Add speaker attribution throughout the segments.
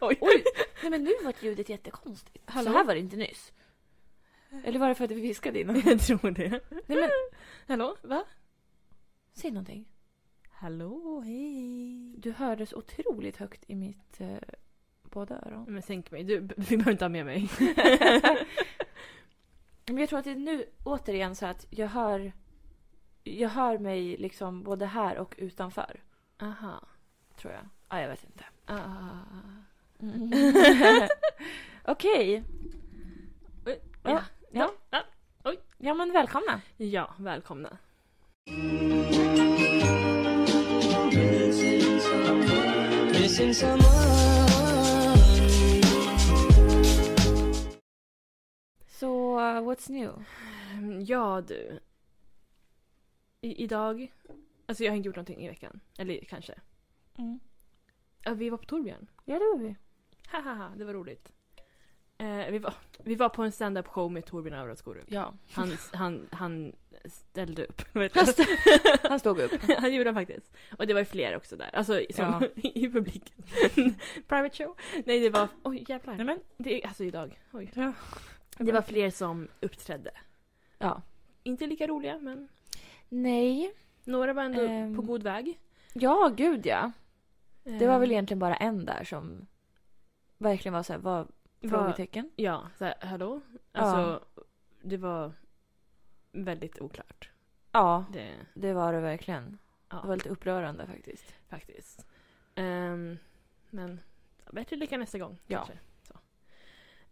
Speaker 1: Oj.
Speaker 2: Oj! Nej men nu var ljudet jättekonstigt.
Speaker 1: Hallå?
Speaker 2: Så här var det inte nyss. Eller var det för att vi viskade innan?
Speaker 1: Jag tror det.
Speaker 2: Nej men,
Speaker 1: Hallå, va?
Speaker 2: säg någonting.
Speaker 1: Hallå, hej.
Speaker 2: Du hördes otroligt högt i mitt eh, båda öron.
Speaker 1: Men sänk mig, du, vi behöver inte ha med mig.
Speaker 2: Men jag tror att det är nu återigen så att jag hör jag hör mig liksom både här och utanför.
Speaker 1: Aha.
Speaker 2: Tror jag. Ja, jag vet inte.
Speaker 1: Ah.
Speaker 2: Mm. Okej. Ja. Ja.
Speaker 1: Ja. Oj.
Speaker 2: ja, men välkomna.
Speaker 1: Ja, välkomna.
Speaker 3: Missing someone.
Speaker 2: Så, uh, what's new?
Speaker 1: Mm, Ja du. I, idag. Alltså jag har inte gjort någonting i veckan. Eller kanske. Ja, vi var på Torbjörn.
Speaker 2: Mm. Ja, det var vi.
Speaker 1: Hahaha, det var roligt. Eh, vi, var, vi var på en stand-up show med Torbjörn Auraskorup.
Speaker 2: Ja.
Speaker 1: Han, han, han ställde upp. vet du.
Speaker 2: Han, st- han stod upp.
Speaker 1: han gjorde han faktiskt. Och det var ju fler också där. Alltså som,
Speaker 2: Ja.
Speaker 1: i publiken. Private show. Nej det var... Oj jävlar.
Speaker 2: Nej, men-
Speaker 1: det, är- alltså idag. Oj.
Speaker 2: Ja.
Speaker 1: Det var fler som uppträdde.
Speaker 2: Ja.
Speaker 1: Inte lika roliga men
Speaker 2: Nej.
Speaker 1: några var ändå
Speaker 2: Ehm.
Speaker 1: på god väg.
Speaker 2: Ja, gud ja. Det var väl
Speaker 1: Ehm,
Speaker 2: egentligen bara en där som verkligen var så här, vad,
Speaker 1: var-
Speaker 2: frågetecken.
Speaker 1: Ja, så här, hallå?
Speaker 2: Ja.
Speaker 1: Alltså det var väldigt oklart.
Speaker 2: Ja,
Speaker 1: Det,
Speaker 2: det var det verkligen.
Speaker 1: Ja.
Speaker 2: Det var lite upprörande faktiskt.
Speaker 1: faktiskt. Ehm, men ja, bättre lycka nästa gång.
Speaker 2: Ja.
Speaker 1: kanske. Så.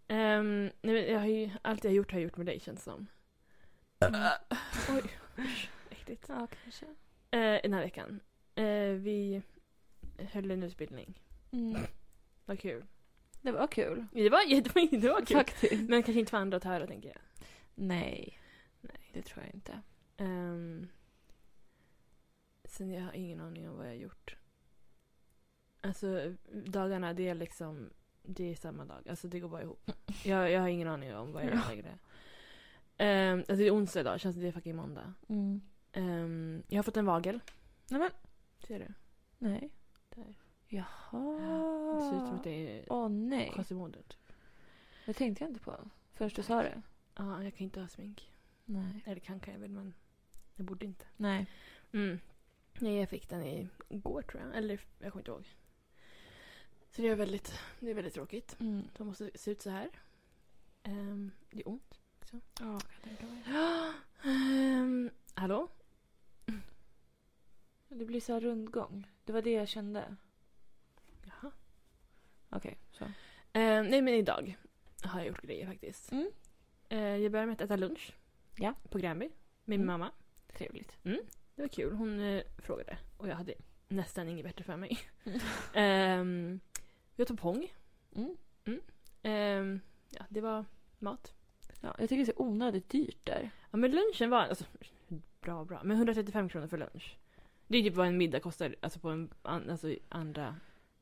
Speaker 1: Ehm, nej, men jag har ju, allt jag har gjort har jag gjort med dig känns det som. Oj, usch, äckligt.
Speaker 2: Ja, kanske.
Speaker 1: Eh, den här veckan. Eh, vi höll en utbildning.
Speaker 2: Mm.
Speaker 1: Vad kul.
Speaker 2: Det var kul.
Speaker 1: Det var, det var, det var kul.
Speaker 2: Faktiskt.
Speaker 1: Men kanske inte för andra att höra tänker jag.
Speaker 2: Nej,
Speaker 1: Nej.
Speaker 2: det tror jag inte.
Speaker 1: Ehm, sen jag har ingen aning om vad jag har gjort. Alltså dagarna, det är liksom... Det är samma dag. Alltså det går bara ihop. Jag, jag har ingen aning om vad jag gör längre. Ehm, alltså det är onsdag idag, känns det det är fucking måndag.
Speaker 2: Mm.
Speaker 1: Ehm, jag har fått en vagel.
Speaker 2: Nej, men.
Speaker 1: Ser du?
Speaker 2: Nej.
Speaker 1: Där.
Speaker 2: Jaha.
Speaker 1: Det ser ut som att det är
Speaker 2: Åh nej.
Speaker 1: Quasimodo typ.
Speaker 2: Det tänkte jag inte på förrän du sa det.
Speaker 1: Ja, jag kan inte ha smink.
Speaker 2: Nej.
Speaker 1: Eller kan kan jag väl men jag borde inte.
Speaker 2: Nej.
Speaker 1: Mm. Nej, jag fick den i igår tror jag. Eller jag kommer inte ihåg. Så det är väldigt, det är väldigt tråkigt.
Speaker 2: Mm.
Speaker 1: De måste se ut så här. Ehm, det är ont.
Speaker 2: Ja, kan jag tänka mig.
Speaker 1: Ehm, hallå?
Speaker 2: Det blir så här rundgång. Det var det jag kände.
Speaker 1: Jaha.
Speaker 2: Okej, så.
Speaker 1: Ehm, nej men idag har jag gjort grejer faktiskt.
Speaker 2: Mm.
Speaker 1: Ehm, jag började med att äta lunch.
Speaker 2: Ja.
Speaker 1: På Gränby. Med
Speaker 2: Mm.
Speaker 1: min mamma.
Speaker 2: Trevligt.
Speaker 1: Det var kul. Hon eh, frågade och jag hade nästan inget bättre för mig. Ehm, vi åt pong.
Speaker 2: Mm.
Speaker 1: Ehm, ja, det var mat.
Speaker 2: Ja, jag tycker det är så onödigt dyrt där.
Speaker 1: Ja men lunchen var alltså, bra bra. Men 135 kronor för lunch. Det är typ vad en middag kostar alltså på en, an, alltså i andra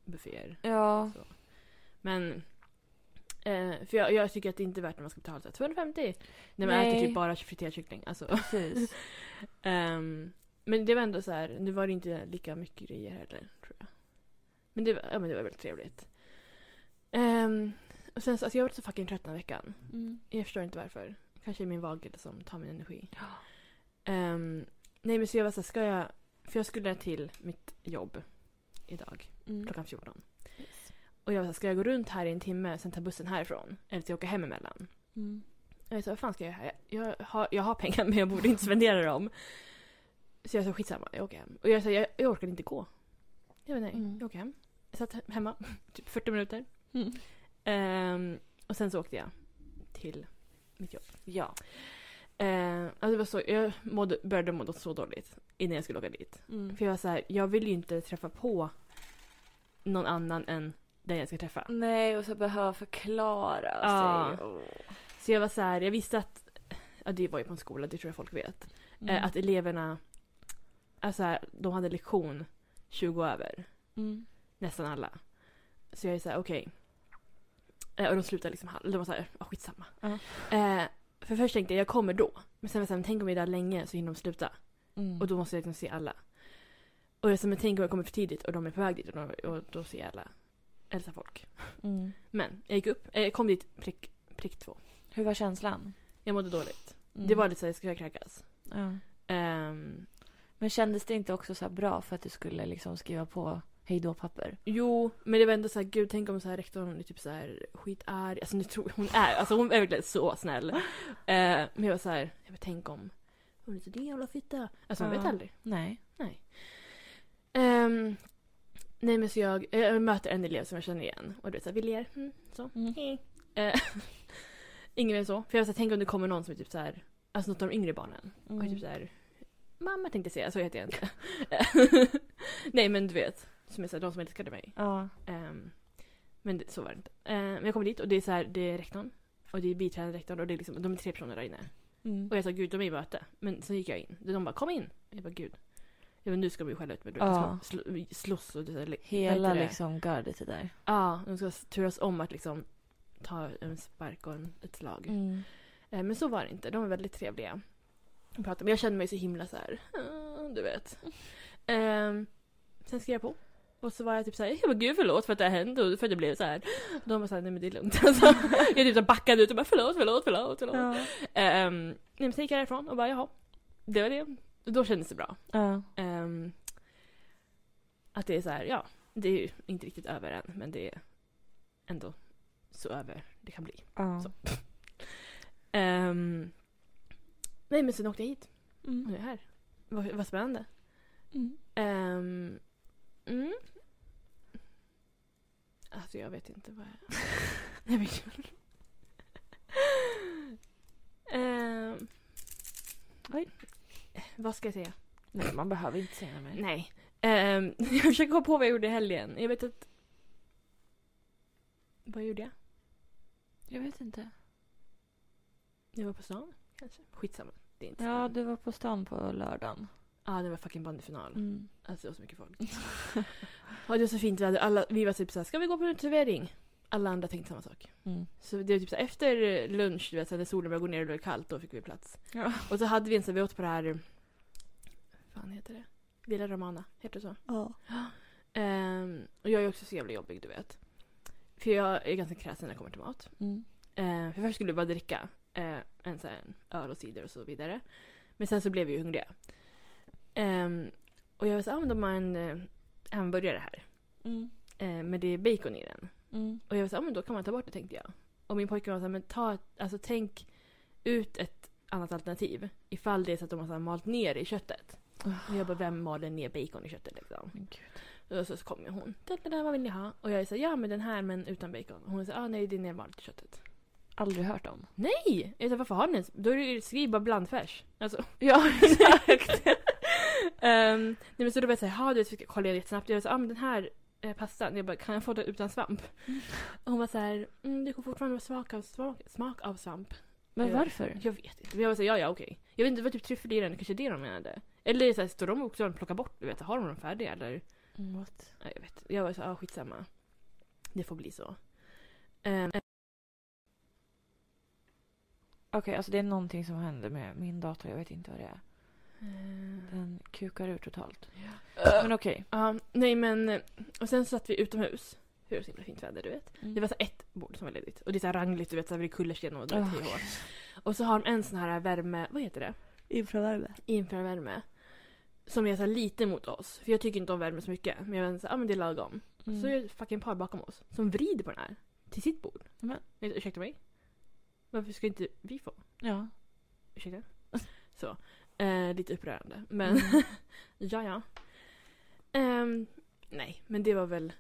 Speaker 1: bufféer.
Speaker 2: Ja.
Speaker 1: Men eh, för jag, jag tycker att det inte är värt när man ska betala så här 250. När man
Speaker 2: Nej.
Speaker 1: äter typ bara friterad kyckling. Alltså,
Speaker 2: Precis.
Speaker 1: ehm, men det var ändå så här, nu var det inte lika mycket grejer heller tror jag. Men det var, ja, men det var väldigt trevligt. Ehm, och sen så, alltså jag har varit så fucking trött den här veckan.
Speaker 2: Mm.
Speaker 1: Jag förstår inte varför. Kanske är min vagel som tar min energi.
Speaker 2: Ja.
Speaker 1: Ehm, nej men så jag var så här, ska jag... För jag skulle till mitt jobb idag
Speaker 2: Mm.
Speaker 1: klockan 14.
Speaker 2: Yes.
Speaker 1: Och jag var så här, ska jag gå runt här i en timme sen ta bussen härifrån? Eller ska jag åka hem emellan?
Speaker 2: Mm.
Speaker 1: Jag sa vad fan ska jag göra? här? Jag jag har, jag har pengar men jag borde inte spendera dem. Så jag sa skitsamma, jag åker hem. Och jag sa jag, jag orkar inte gå. Jag vet nej,
Speaker 2: Mm.
Speaker 1: jag åker hem. Jag satt he- hemma typ 40 minuter.
Speaker 2: Mm.
Speaker 1: Ehm, och sen så åkte jag till mitt jobb.
Speaker 2: Ja.
Speaker 1: Eh, alltså det var så, jag mådde, började må så dåligt innan jag skulle åka dit.
Speaker 2: Mm.
Speaker 1: För jag var så här, jag vill ju inte träffa på någon annan än den jag ska träffa.
Speaker 2: Nej, och så behöva förklara
Speaker 1: Ja.
Speaker 2: sig. Åh.
Speaker 1: Så jag var så här, jag visste att, ja det var ju på en skola, det tror jag folk vet.
Speaker 2: Mm.
Speaker 1: Eh, att eleverna, alltså här, de hade lektion 20 över,
Speaker 2: Mm.
Speaker 1: nästan alla. Så jag är så här, okej. Eh, och de slutade liksom halv, de var så här, ah, skitsamma.
Speaker 2: Ja.
Speaker 1: Eh, för först tänkte jag, jag kommer då. Men sen var jag så här, men tänk om jag är där länge så hinner de sluta.
Speaker 2: Mm.
Speaker 1: Och då måste jag liksom se alla. Och jag sa, men tänk om jag kommer för tidigt och de är på väg dit och, de, och då ser jag alla. Elsa folk.
Speaker 2: Mm.
Speaker 1: Men jag gick upp, eh, jag kom dit prick, prick två.
Speaker 2: Hur var känslan?
Speaker 1: Jag mådde dåligt.
Speaker 2: Mm.
Speaker 1: Det var lite såhär, ska jag kräkas?
Speaker 2: Ja.
Speaker 1: Ehm,
Speaker 2: Men kändes det inte också så här bra för att du skulle liksom skriva på hejdå-papper?
Speaker 1: jo, men det var ändå såhär, gud tänk om så här rektorn är typ såhär skitarg. Alltså nu tror jag hon är, alltså hon är verkligen så snäll. Eh, men jag var såhär, jag bara, tänk om hon är så din jävla fitta. Alltså man
Speaker 2: Ja.
Speaker 1: vet aldrig.
Speaker 2: Nej.
Speaker 1: Ehm, nej men så jag, eh, jag möter en elev som jag känner igen och du vet såhär, vi ler. Mm, så.
Speaker 2: Mm.
Speaker 1: Hej. Eh, Ingen mer så. För jag var såhär, tänk om det kommer någon som är typ såhär, alltså något av de yngre barnen.
Speaker 2: Mm.
Speaker 1: Och är typ såhär, mamma tänkte säga, så heter jag inte. nej men du vet, som är såhär, de som älskade mig.
Speaker 2: Ja.
Speaker 1: Ehm, men det, så var det inte. Ehm, men jag kommer dit och det är såhär, det är rektorn. Och det är biträdande rektorn och det är liksom, de är tre personer där inne.
Speaker 2: Mm.
Speaker 1: Och jag sa gud de är i möte. Men sen gick jag in. De bara kom in. Jag bara gud. Jag bara, nu ska de ju skälla ut mig. Du vet,
Speaker 2: Ja.
Speaker 1: de ska sl- slåss och det,
Speaker 2: Hela
Speaker 1: det.
Speaker 2: liksom gardet är där.
Speaker 1: Ja, de ska turas om att liksom ta en spark och en, ett slag.
Speaker 2: Mm.
Speaker 1: Eh, Men så var det inte. De var väldigt trevliga. att prata med. Jag kände mig så himla så här, "Ah", du vet. Ehm, sen skrev jag på. Och så var jag typ såhär, jag bara gud förlåt för att det här hände och för att det blev så här. De var såhär, nej men det är lugnt alltså. Jag typ så backade ut och bara förlåt, förlåt, förlåt, förlåt.
Speaker 2: Ja.
Speaker 1: Um, nej, men sen gick jag därifrån och bara jaha, det var det. Då kändes det bra.
Speaker 2: Ja.
Speaker 1: Ehm, att det är så här, ja, det är ju inte riktigt över än men det är ändå så över det kan bli.
Speaker 2: Ja.
Speaker 1: Så. Ehm, nej men sen åkte jag hit och nu är jag här. Vad, vad spännande.
Speaker 2: Mm.
Speaker 1: Ehm, mm. Alltså jag vet inte vad jag... nej men gud. Ehm,
Speaker 2: Oj.
Speaker 1: Vad ska jag säga?
Speaker 2: Nej, man behöver inte säga mer.
Speaker 1: Nej. Ehm, jag försöker komma på vad jag gjorde i helgen. Jag vet att... Vad gjorde jag?
Speaker 2: Jag vet inte.
Speaker 1: Jag var på stan, kanske. Skitsamma. Det är inte
Speaker 2: Ja,
Speaker 1: det...
Speaker 2: du var på stan på lördagen.
Speaker 1: Ja, det var fucking bandyfinal.
Speaker 2: Mm.
Speaker 1: Alltså det var så mycket folk. ja, det var så fint väder. Alla, vi var typ såhär, ska vi gå på en servering? Alla andra tänkte samma sak.
Speaker 2: Mm.
Speaker 1: Så det var typ såhär, efter lunch, du vet, såhär, när solen började gå ner och det blev kallt, då fick vi plats.
Speaker 2: Ja.
Speaker 1: Och så hade vi en sån, vi åt på det här... Vad fan heter det? Villa Romana, heter det så? Ehm, och jag är också så jävla jobbig, du vet. För jag är ganska kräsen när det kommer till mat.
Speaker 2: Mm.
Speaker 1: Ehm, för först skulle vi bara dricka eh, en sån här öl och cider och så vidare. Men sen så blev vi ju hungriga. Ehm, och jag var såhär, ah, men de har en eh, hamburgare här.
Speaker 2: Mm.
Speaker 1: Eh, men det är bacon i den.
Speaker 2: Mm.
Speaker 1: Och jag var såhär, ah, men då kan man ta bort det tänkte jag. Och min pojke var såhär, men ta, ett- alltså tänk ut ett annat alternativ. Ifall det är så att de har så här malt ner i köttet. Och jag bara, vem maler ner bacon i köttet liksom?
Speaker 2: Men gud.
Speaker 1: Och så, så kommer hon. "Den där, Vad vill ni ha? Och jag säger ja men den här men utan bacon. Och hon säger ah nej det är nermalt i köttet.
Speaker 2: Aldrig hört om.
Speaker 1: Nej! Jag säger varför har ni ens? Då är det- skriv bara blandfärs. Alltså.
Speaker 2: Ja, exakt.
Speaker 1: Ehm, nej men så då var jag såhär, jaha du vet, så kollade jag jättesnabbt. Jag sa ah men den här eh, pastan. Jag bara kan jag få den utan svamp?
Speaker 2: Mm.
Speaker 1: Och hon var såhär, mm, du kommer fortfarande ha smak av, smak, smak av svamp.
Speaker 2: Men
Speaker 1: Ja.
Speaker 2: varför?
Speaker 1: Jag vet inte. Men jag var såhär, ja ja okej. Jag vet inte, det var typ tryffel i den. Kanske det de menade. Eller såhär, står de också och plockar bort? Du vet, har de dem färdiga eller?
Speaker 2: Mm, What?
Speaker 1: Ja, jag vet. Jag var så, ah, skitsamma. Det får bli så. Ehm,
Speaker 2: Okej, alltså det är någonting som händer med min dator. Jag vet inte vad det är.
Speaker 1: ehm,
Speaker 2: Den kukar ur totalt.
Speaker 1: Ja,
Speaker 2: Men okej.
Speaker 1: nej men. eh, Och sen satt vi utomhus. Hur så himla fint väder du vet.
Speaker 2: Mm.
Speaker 1: Det var så ett bord som var ledigt. Och det är så här rangligt du vet, så här vid kullersten och drar
Speaker 2: Ah.
Speaker 1: oh. Och så har de en sån här värme, vad heter det?
Speaker 2: infravärme.
Speaker 1: Infravärme. Som är så här lite mot oss. För jag tycker inte om värme så mycket. Men jag var så här, ah, men det är lagom.
Speaker 2: Mm.
Speaker 1: Så är det ett fucking par bakom oss som vrider på den här. Till sitt bord.
Speaker 2: Men-
Speaker 1: Nej, Ursäkta mig? Varför ska inte vi få?
Speaker 2: Ja.
Speaker 1: Ursäkta? Så. Eh, lite upprörande. Men
Speaker 2: Mm.
Speaker 1: ja, ja. Ehm, nej, men det var väl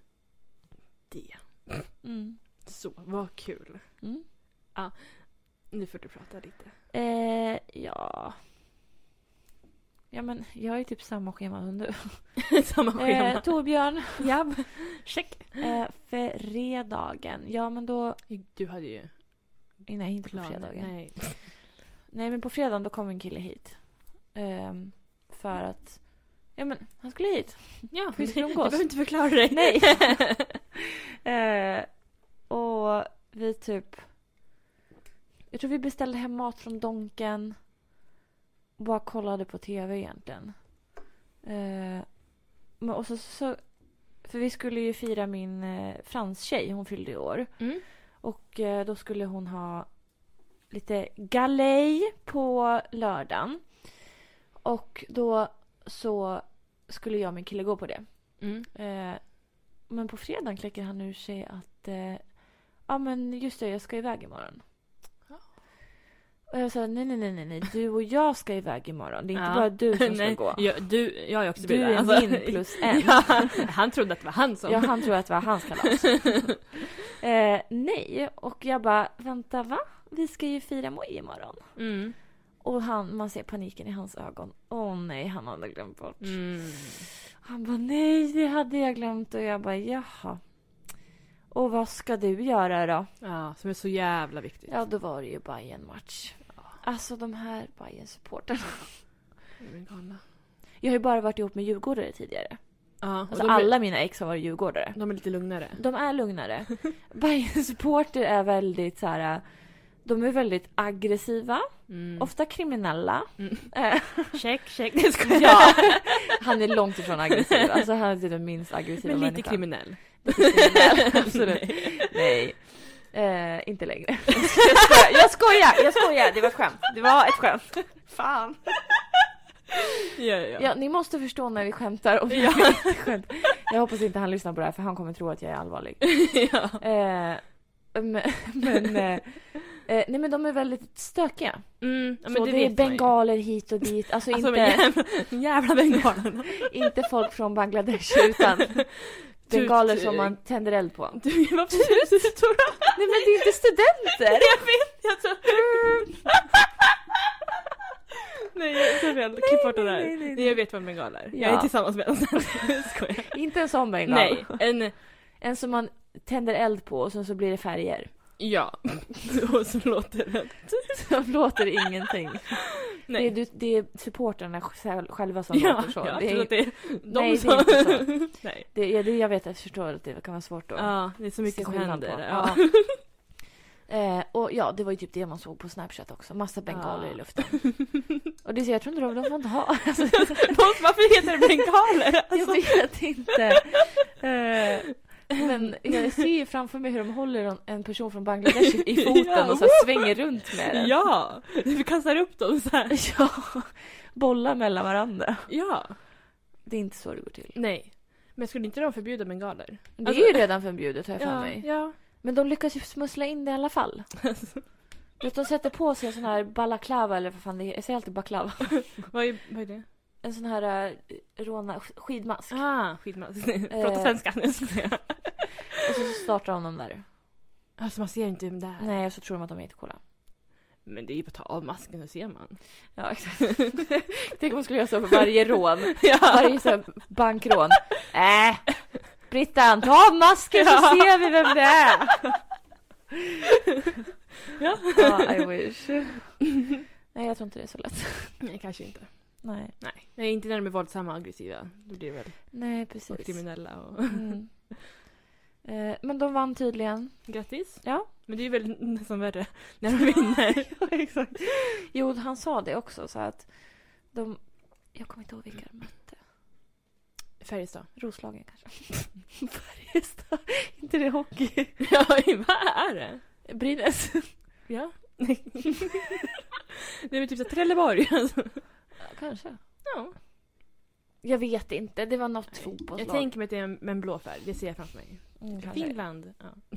Speaker 1: det.
Speaker 2: Mm.
Speaker 1: Så, vad kul.
Speaker 2: Mm.
Speaker 1: Nu får du prata lite.
Speaker 2: Eh, ja. Ja, men jag är typ samma schema som du.
Speaker 1: Samma schema.
Speaker 2: Eh, Torbjörn.
Speaker 1: Japp. Check.
Speaker 2: Eh, fredagen. Ja, men då...
Speaker 1: Du hade ju
Speaker 2: Nej, inte på
Speaker 1: planer.
Speaker 2: fredagen.
Speaker 1: Nej.
Speaker 2: Nej, men på fredagen då kom en kille hit. Ehm, för att... Ja, men han skulle hit.
Speaker 1: Ja,
Speaker 2: Vi skulle
Speaker 1: du
Speaker 2: umgås.
Speaker 1: behöver inte förklara dig.
Speaker 2: Nej. eh, och vi typ... Jag tror vi beställde hem mat från Donken. Och bara kollade på tv egentligen. Eh, men och så, så För vi skulle ju fira min eh, franstjej, hon fyllde i år.
Speaker 1: Mm.
Speaker 2: Och eh, då skulle hon ha lite galej på lördagen. Och då så skulle jag och min kille gå på det.
Speaker 1: Mm.
Speaker 2: Eh, men på fredagen kläcker han ur sig att eh, ja men just det, jag ska iväg imorgon.
Speaker 1: Ja.
Speaker 2: Och jag sa nej, nej, nej, nej, nej, du och jag ska iväg imorgon. Det är inte
Speaker 1: Ja.
Speaker 2: bara du som ska
Speaker 1: Nej,
Speaker 2: gå.
Speaker 1: Jag, du, jag har ju också
Speaker 2: Du
Speaker 1: blivit
Speaker 2: är
Speaker 1: det, alltså.
Speaker 2: min plus en.
Speaker 1: ja, han trodde att det var han som...
Speaker 2: Ja, han tror att det var hans kalas. eh, nej, och jag bara vänta va? Vi ska ju fira Moi imorgon.
Speaker 1: Mm.
Speaker 2: Och han, man ser paniken i hans ögon. Åh nej, han hade glömt bort.
Speaker 1: Mm.
Speaker 2: Han bara nej, det hade jag glömt. Och jag bara jaha. Och vad ska du göra då?
Speaker 1: Ja, som är så jävla viktigt.
Speaker 2: Ja, då var det ju bayern match Alltså de här bayern supporterna
Speaker 1: Jag är galna.
Speaker 2: Alltså, Jag har ju bara varit ihop med djurgårdare tidigare.
Speaker 1: Ja, och
Speaker 2: Alltså
Speaker 1: de, är-
Speaker 2: alla mina ex har varit djurgårdare.
Speaker 1: de är lite lugnare.
Speaker 2: De är lugnare. bayern supporter är väldigt så här. De är väldigt aggressiva,
Speaker 1: Mm.
Speaker 2: ofta kriminella.
Speaker 1: Mm.
Speaker 2: Eh,
Speaker 1: Check, check. Det ska
Speaker 2: ja, han är långt ifrån aggressiv. Alltså han är typ den minst aggressiva
Speaker 1: Men lite
Speaker 2: människan.
Speaker 1: kriminell.
Speaker 2: Lite kriminell. Absolut. Nej. Eh, inte längre. Jag skojar, jag skojar, jag skojar. Det var ett skämt. Det var ett skämt. Fan.
Speaker 1: Ja, ja.
Speaker 2: Ja, ni måste förstå när vi skämtar och när vi inte skämtar. Jag hoppas inte han lyssnar på det här för han kommer tro att jag är allvarlig.
Speaker 1: ja.
Speaker 2: Eh, men, men, eh, eh, nej men de är väldigt stökiga.
Speaker 1: Mm, ja, men
Speaker 2: så
Speaker 1: det,
Speaker 2: det, är
Speaker 1: vet man ju.
Speaker 2: bengaler hit och dit. Alltså,
Speaker 1: Alltså
Speaker 2: inte,
Speaker 1: inte... jävla, jävla bengalerna.
Speaker 2: inte folk från Bangladesh utan
Speaker 1: Typ,
Speaker 2: bengaler som man tänder eld på.
Speaker 1: Du, varför är du så
Speaker 2: Nej men det är inte studenter!
Speaker 1: Jag vet, jag tror... Nej, jag tror fel. Klipp bort det där.
Speaker 2: Nej, nej,
Speaker 1: Nej,
Speaker 2: nej, nej.
Speaker 1: Jag vet vem bengal är. Jag
Speaker 2: Ja.
Speaker 1: är tillsammans med en sån. Jag skojar.
Speaker 2: Inte en sån bengal.
Speaker 1: Nej, en...
Speaker 2: En som man tänder eld på och sen så blir det färger.
Speaker 1: Ja. Och så låter den.
Speaker 2: Som låter ingenting. Det är,
Speaker 1: Nej.
Speaker 2: du- det är supportrarna själ- själva som
Speaker 1: Ja,
Speaker 2: låter så.
Speaker 1: jag
Speaker 2: det är
Speaker 1: tror att det är de
Speaker 2: Nej, det
Speaker 1: som...
Speaker 2: är
Speaker 1: inte så. Nej.
Speaker 2: Det, ja, det jag vet, jag förstår att det kan vara svårt då.
Speaker 1: Ja, det är så mycket
Speaker 2: Se
Speaker 1: som
Speaker 2: skillnad på.
Speaker 1: händer. Ja.
Speaker 2: Ja. Eh, och ja, det var ju typ det man såg på Snapchat också. Massa bengaler i
Speaker 1: Ja.
Speaker 2: luften. Och det så jag tror inte de, de får inte ha. Alltså,
Speaker 1: De- Varför heter det bengaler? Alltså,
Speaker 2: jag vet inte. Eh, men jag ser ju framför mig hur de håller en, en person från Bangladesh i foten
Speaker 1: Ja,
Speaker 2: och så här svänger runt med den.
Speaker 1: Ja, vi kastar upp dem så här.
Speaker 2: ja. Bollar mellan varandra.
Speaker 1: Ja.
Speaker 2: Det är inte så det går till.
Speaker 1: Nej. Men skulle inte de förbjuda bengaler?
Speaker 2: Det
Speaker 1: Alltså-
Speaker 2: är ju redan förbjudet har jag för
Speaker 1: Ja,
Speaker 2: mig.
Speaker 1: ja.
Speaker 2: Men de lyckas ju smussla in det i alla fall. Du vet, De sätter på sig en sån här balaklava eller vad fan det är. Jag säger alltid baklava.
Speaker 1: Vad är, vad är det?
Speaker 2: En sån här eh, råna sk- skidmask.
Speaker 1: Ah, skidmask. Prata
Speaker 2: Eh.
Speaker 1: svenska. Jag skojar.
Speaker 2: Och så startar de dem där.
Speaker 1: Alltså man ser inte vem det är.
Speaker 2: Nej, och så tror de att de är jättecoola.
Speaker 1: Men det är ju bara att ta av masken så ser man.
Speaker 2: Ja, exakt. Tänk om man skulle göra så för varje rån.
Speaker 1: ja.
Speaker 2: Varje så här bankrån. Äh! Brittan, ta av masken så
Speaker 1: Ja.
Speaker 2: ser vi vem det är!
Speaker 1: Ja.
Speaker 2: Ja, I wish. Nej, jag tror inte det är så lätt.
Speaker 1: Nej, kanske inte.
Speaker 2: Nej,
Speaker 1: Nej. Nej, inte när de är våldsamma och aggressiva. Då blir det väl
Speaker 2: Nej
Speaker 1: och
Speaker 2: precis.
Speaker 1: kriminella och...
Speaker 2: Mm. Eh, Men de vann tydligen.
Speaker 1: Grattis.
Speaker 2: Ja.
Speaker 1: Men det är ju väl nästan värre när de vinner.
Speaker 2: exakt. Jo, han sa det också så att de... Jag kommer inte ihåg vilka de mötte.
Speaker 1: Färjestad.
Speaker 2: Roslagen kanske. Färjestad. inte det hockey?
Speaker 1: Ja, vad är det?
Speaker 2: Brynäs.
Speaker 1: Ja. Nej. det är väl typ så här Trelleborg. Alltså.
Speaker 2: kanske.
Speaker 1: Ja.
Speaker 2: Jag vet inte. Det var något fotbollslag.
Speaker 1: Jag tänker mig att det är en- med en blå färg. Det ser jag framför mig.
Speaker 2: Mm, kanske.
Speaker 1: Finland. Ja.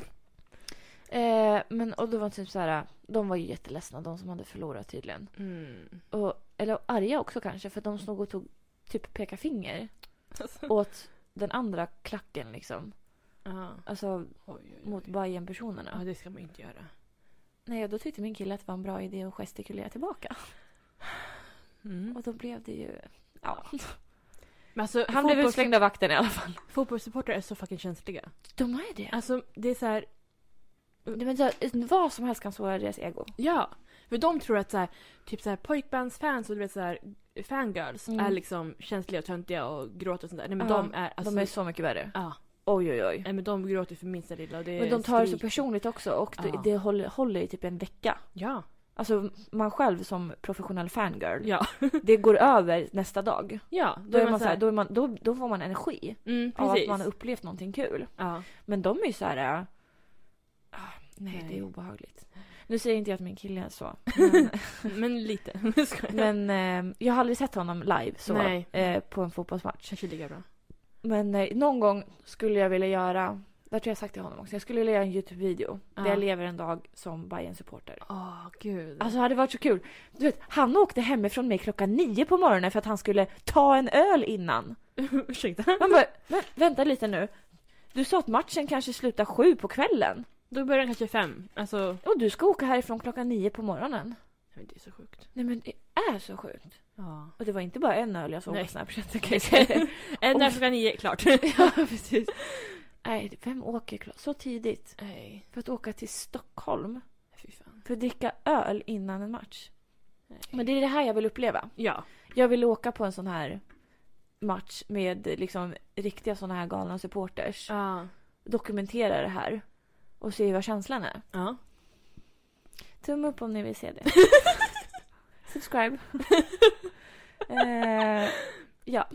Speaker 2: Eh, men och då var typ så här. De var ju jätteledsna de som hade förlorat tydligen.
Speaker 1: Mm.
Speaker 2: Och, eller arga också kanske för de stod och tog typ peka finger
Speaker 1: Alltså.
Speaker 2: åt den andra klacken liksom.
Speaker 1: Ja.
Speaker 2: Alltså
Speaker 1: Oj, oj, oj.
Speaker 2: mot Bajen-personerna.
Speaker 1: Ja, det ska man ju inte göra.
Speaker 2: Nej, då tyckte min kille att det var en bra idé att gestikulera tillbaka.
Speaker 1: Mm.
Speaker 2: Och då blev det ju... Ja.
Speaker 1: Men alltså,
Speaker 2: Han blev
Speaker 1: fotbolls-
Speaker 2: utslängd av vakten i alla fall.
Speaker 1: Fotbollssupportrar är så fucking känsliga.
Speaker 2: De är det.
Speaker 1: Alltså det är så här,
Speaker 2: Nej, men så, vad som helst kan såra deras ego.
Speaker 1: ja. För de tror att så här, typ så här pojkbandsfans och du vet så här, fangirls
Speaker 2: Mm.
Speaker 1: är liksom känsliga och töntiga och gråter och sånt där. Nej men
Speaker 2: Ja,
Speaker 1: de är alltså...
Speaker 2: de är så mycket värre.
Speaker 1: Ja.
Speaker 2: Oj, oj, oj.
Speaker 1: Nej men de gråter för minsta lilla och det är
Speaker 2: Men de tar det så
Speaker 1: skrik.
Speaker 2: personligt också och det,
Speaker 1: Ja.
Speaker 2: det håller, håller i typ en vecka.
Speaker 1: Ja.
Speaker 2: Alltså man själv som professionell fangirl.
Speaker 1: Ja.
Speaker 2: Det går över nästa dag.
Speaker 1: Ja,
Speaker 2: Då, är man så här,
Speaker 1: såhär,
Speaker 2: då, är man, då, då får man energi
Speaker 1: mm,
Speaker 2: av
Speaker 1: precis.
Speaker 2: att man har upplevt någonting kul.
Speaker 1: ja.
Speaker 2: Men de är ju så här... äh, ah, nej,
Speaker 1: Nej.
Speaker 2: det är obehagligt. Nu säger inte jag att min kille är så.
Speaker 1: Men lite. Jag skojar.
Speaker 2: Men eh, jag har aldrig sett honom live så,
Speaker 1: Nej.
Speaker 2: eh, på en fotbollsmatch.
Speaker 1: Kanske lika bra.
Speaker 2: Men eh, någon gång skulle jag vilja göra, där tror jag sagt till honom också, jag skulle vilja göra en Youtube-video
Speaker 1: Ja.
Speaker 2: där jag lever en dag som Bayern supporter
Speaker 1: Åh, gud.
Speaker 2: Alltså det hade varit så kul. Du vet, han åkte hemifrån mig klockan nio på morgonen för att han skulle ta en öl innan.
Speaker 1: ursäkta.
Speaker 2: Man bara, "Men vänta lite nu. Du sa att matchen kanske slutar sju på kvällen
Speaker 1: Då börjar den kanske fem. Alltså,
Speaker 2: och du ska åka härifrån klockan nio på morgonen.
Speaker 1: men det är så sjukt.
Speaker 2: Nej men det är så sjukt.
Speaker 1: Ja.
Speaker 2: Och det var inte bara en öl jag såg
Speaker 1: Nej.
Speaker 2: på Snapchat kan jag säga.
Speaker 1: En där
Speaker 2: Och-
Speaker 1: klockan nio, klart.
Speaker 2: Ja, precis. Nej, vem åker klo- så tidigt?
Speaker 1: Nej,
Speaker 2: För att åka till Stockholm
Speaker 1: fy fan.
Speaker 2: för att dricka öl innan en match.
Speaker 1: Nej.
Speaker 2: Men det är det här jag vill uppleva.
Speaker 1: Ja.
Speaker 2: Jag vill åka på en sån här match med liksom riktiga såna här galna supporters.
Speaker 1: Ja.
Speaker 2: Dokumentera det här. Och se vad känslan är.
Speaker 1: Ja.
Speaker 2: Tumme upp om ni vill se det. Subscribe. eh, ja.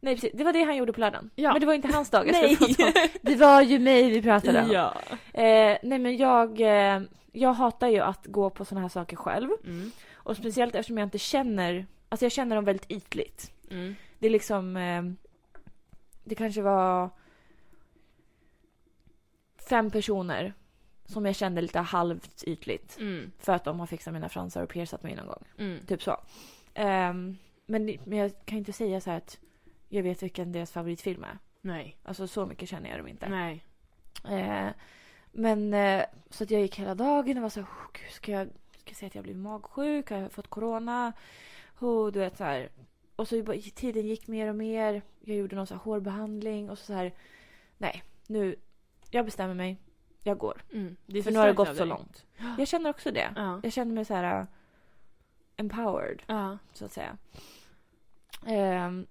Speaker 2: Nej precis, det var det han gjorde på lördagen.
Speaker 1: Ja.
Speaker 2: Men det var inte hans dag jag
Speaker 1: Nej.
Speaker 2: skulle prata om. Det var ju mig vi pratade om.
Speaker 1: Ja.
Speaker 2: Eh, nej men jag, eh, jag hatar ju att gå på såna här saker själv.
Speaker 1: Mm.
Speaker 2: Och speciellt eftersom jag inte känner, alltså jag känner dem väldigt ytligt.
Speaker 1: Mm.
Speaker 2: Det är liksom, eh, det kanske var fem personer som jag kände lite halvt ytligt.
Speaker 1: Mm.
Speaker 2: För att de har fixat mina fransar och piercat mig någon gång.
Speaker 1: Mm.
Speaker 2: Typ så. Ehm, men, men jag kan ju inte säga så här att jag vet vilken deras favoritfilm är.
Speaker 1: Nej.
Speaker 2: Alltså så mycket känner jag dem inte.
Speaker 1: Nej.
Speaker 2: Eh, men eh, så att jag gick hela dagen och var så här, "Åh, gud, ska jag, ska jag säga att jag blev magsjuk? Har jag fått corona? Oh, du vet så här. Och så bara- tiden gick mer och mer. Jag gjorde någon så här hårbehandling och så, så här. Nej, nu. Jag bestämmer mig. Jag går.
Speaker 1: Mm. Det är
Speaker 2: För
Speaker 1: så
Speaker 2: nu har det
Speaker 1: starkt av
Speaker 2: gått så
Speaker 1: dig.
Speaker 2: långt. Jag känner också det.
Speaker 1: Ja.
Speaker 2: Jag känner mig så här eh, empowered
Speaker 1: Ja.
Speaker 2: så att säga. Ehm,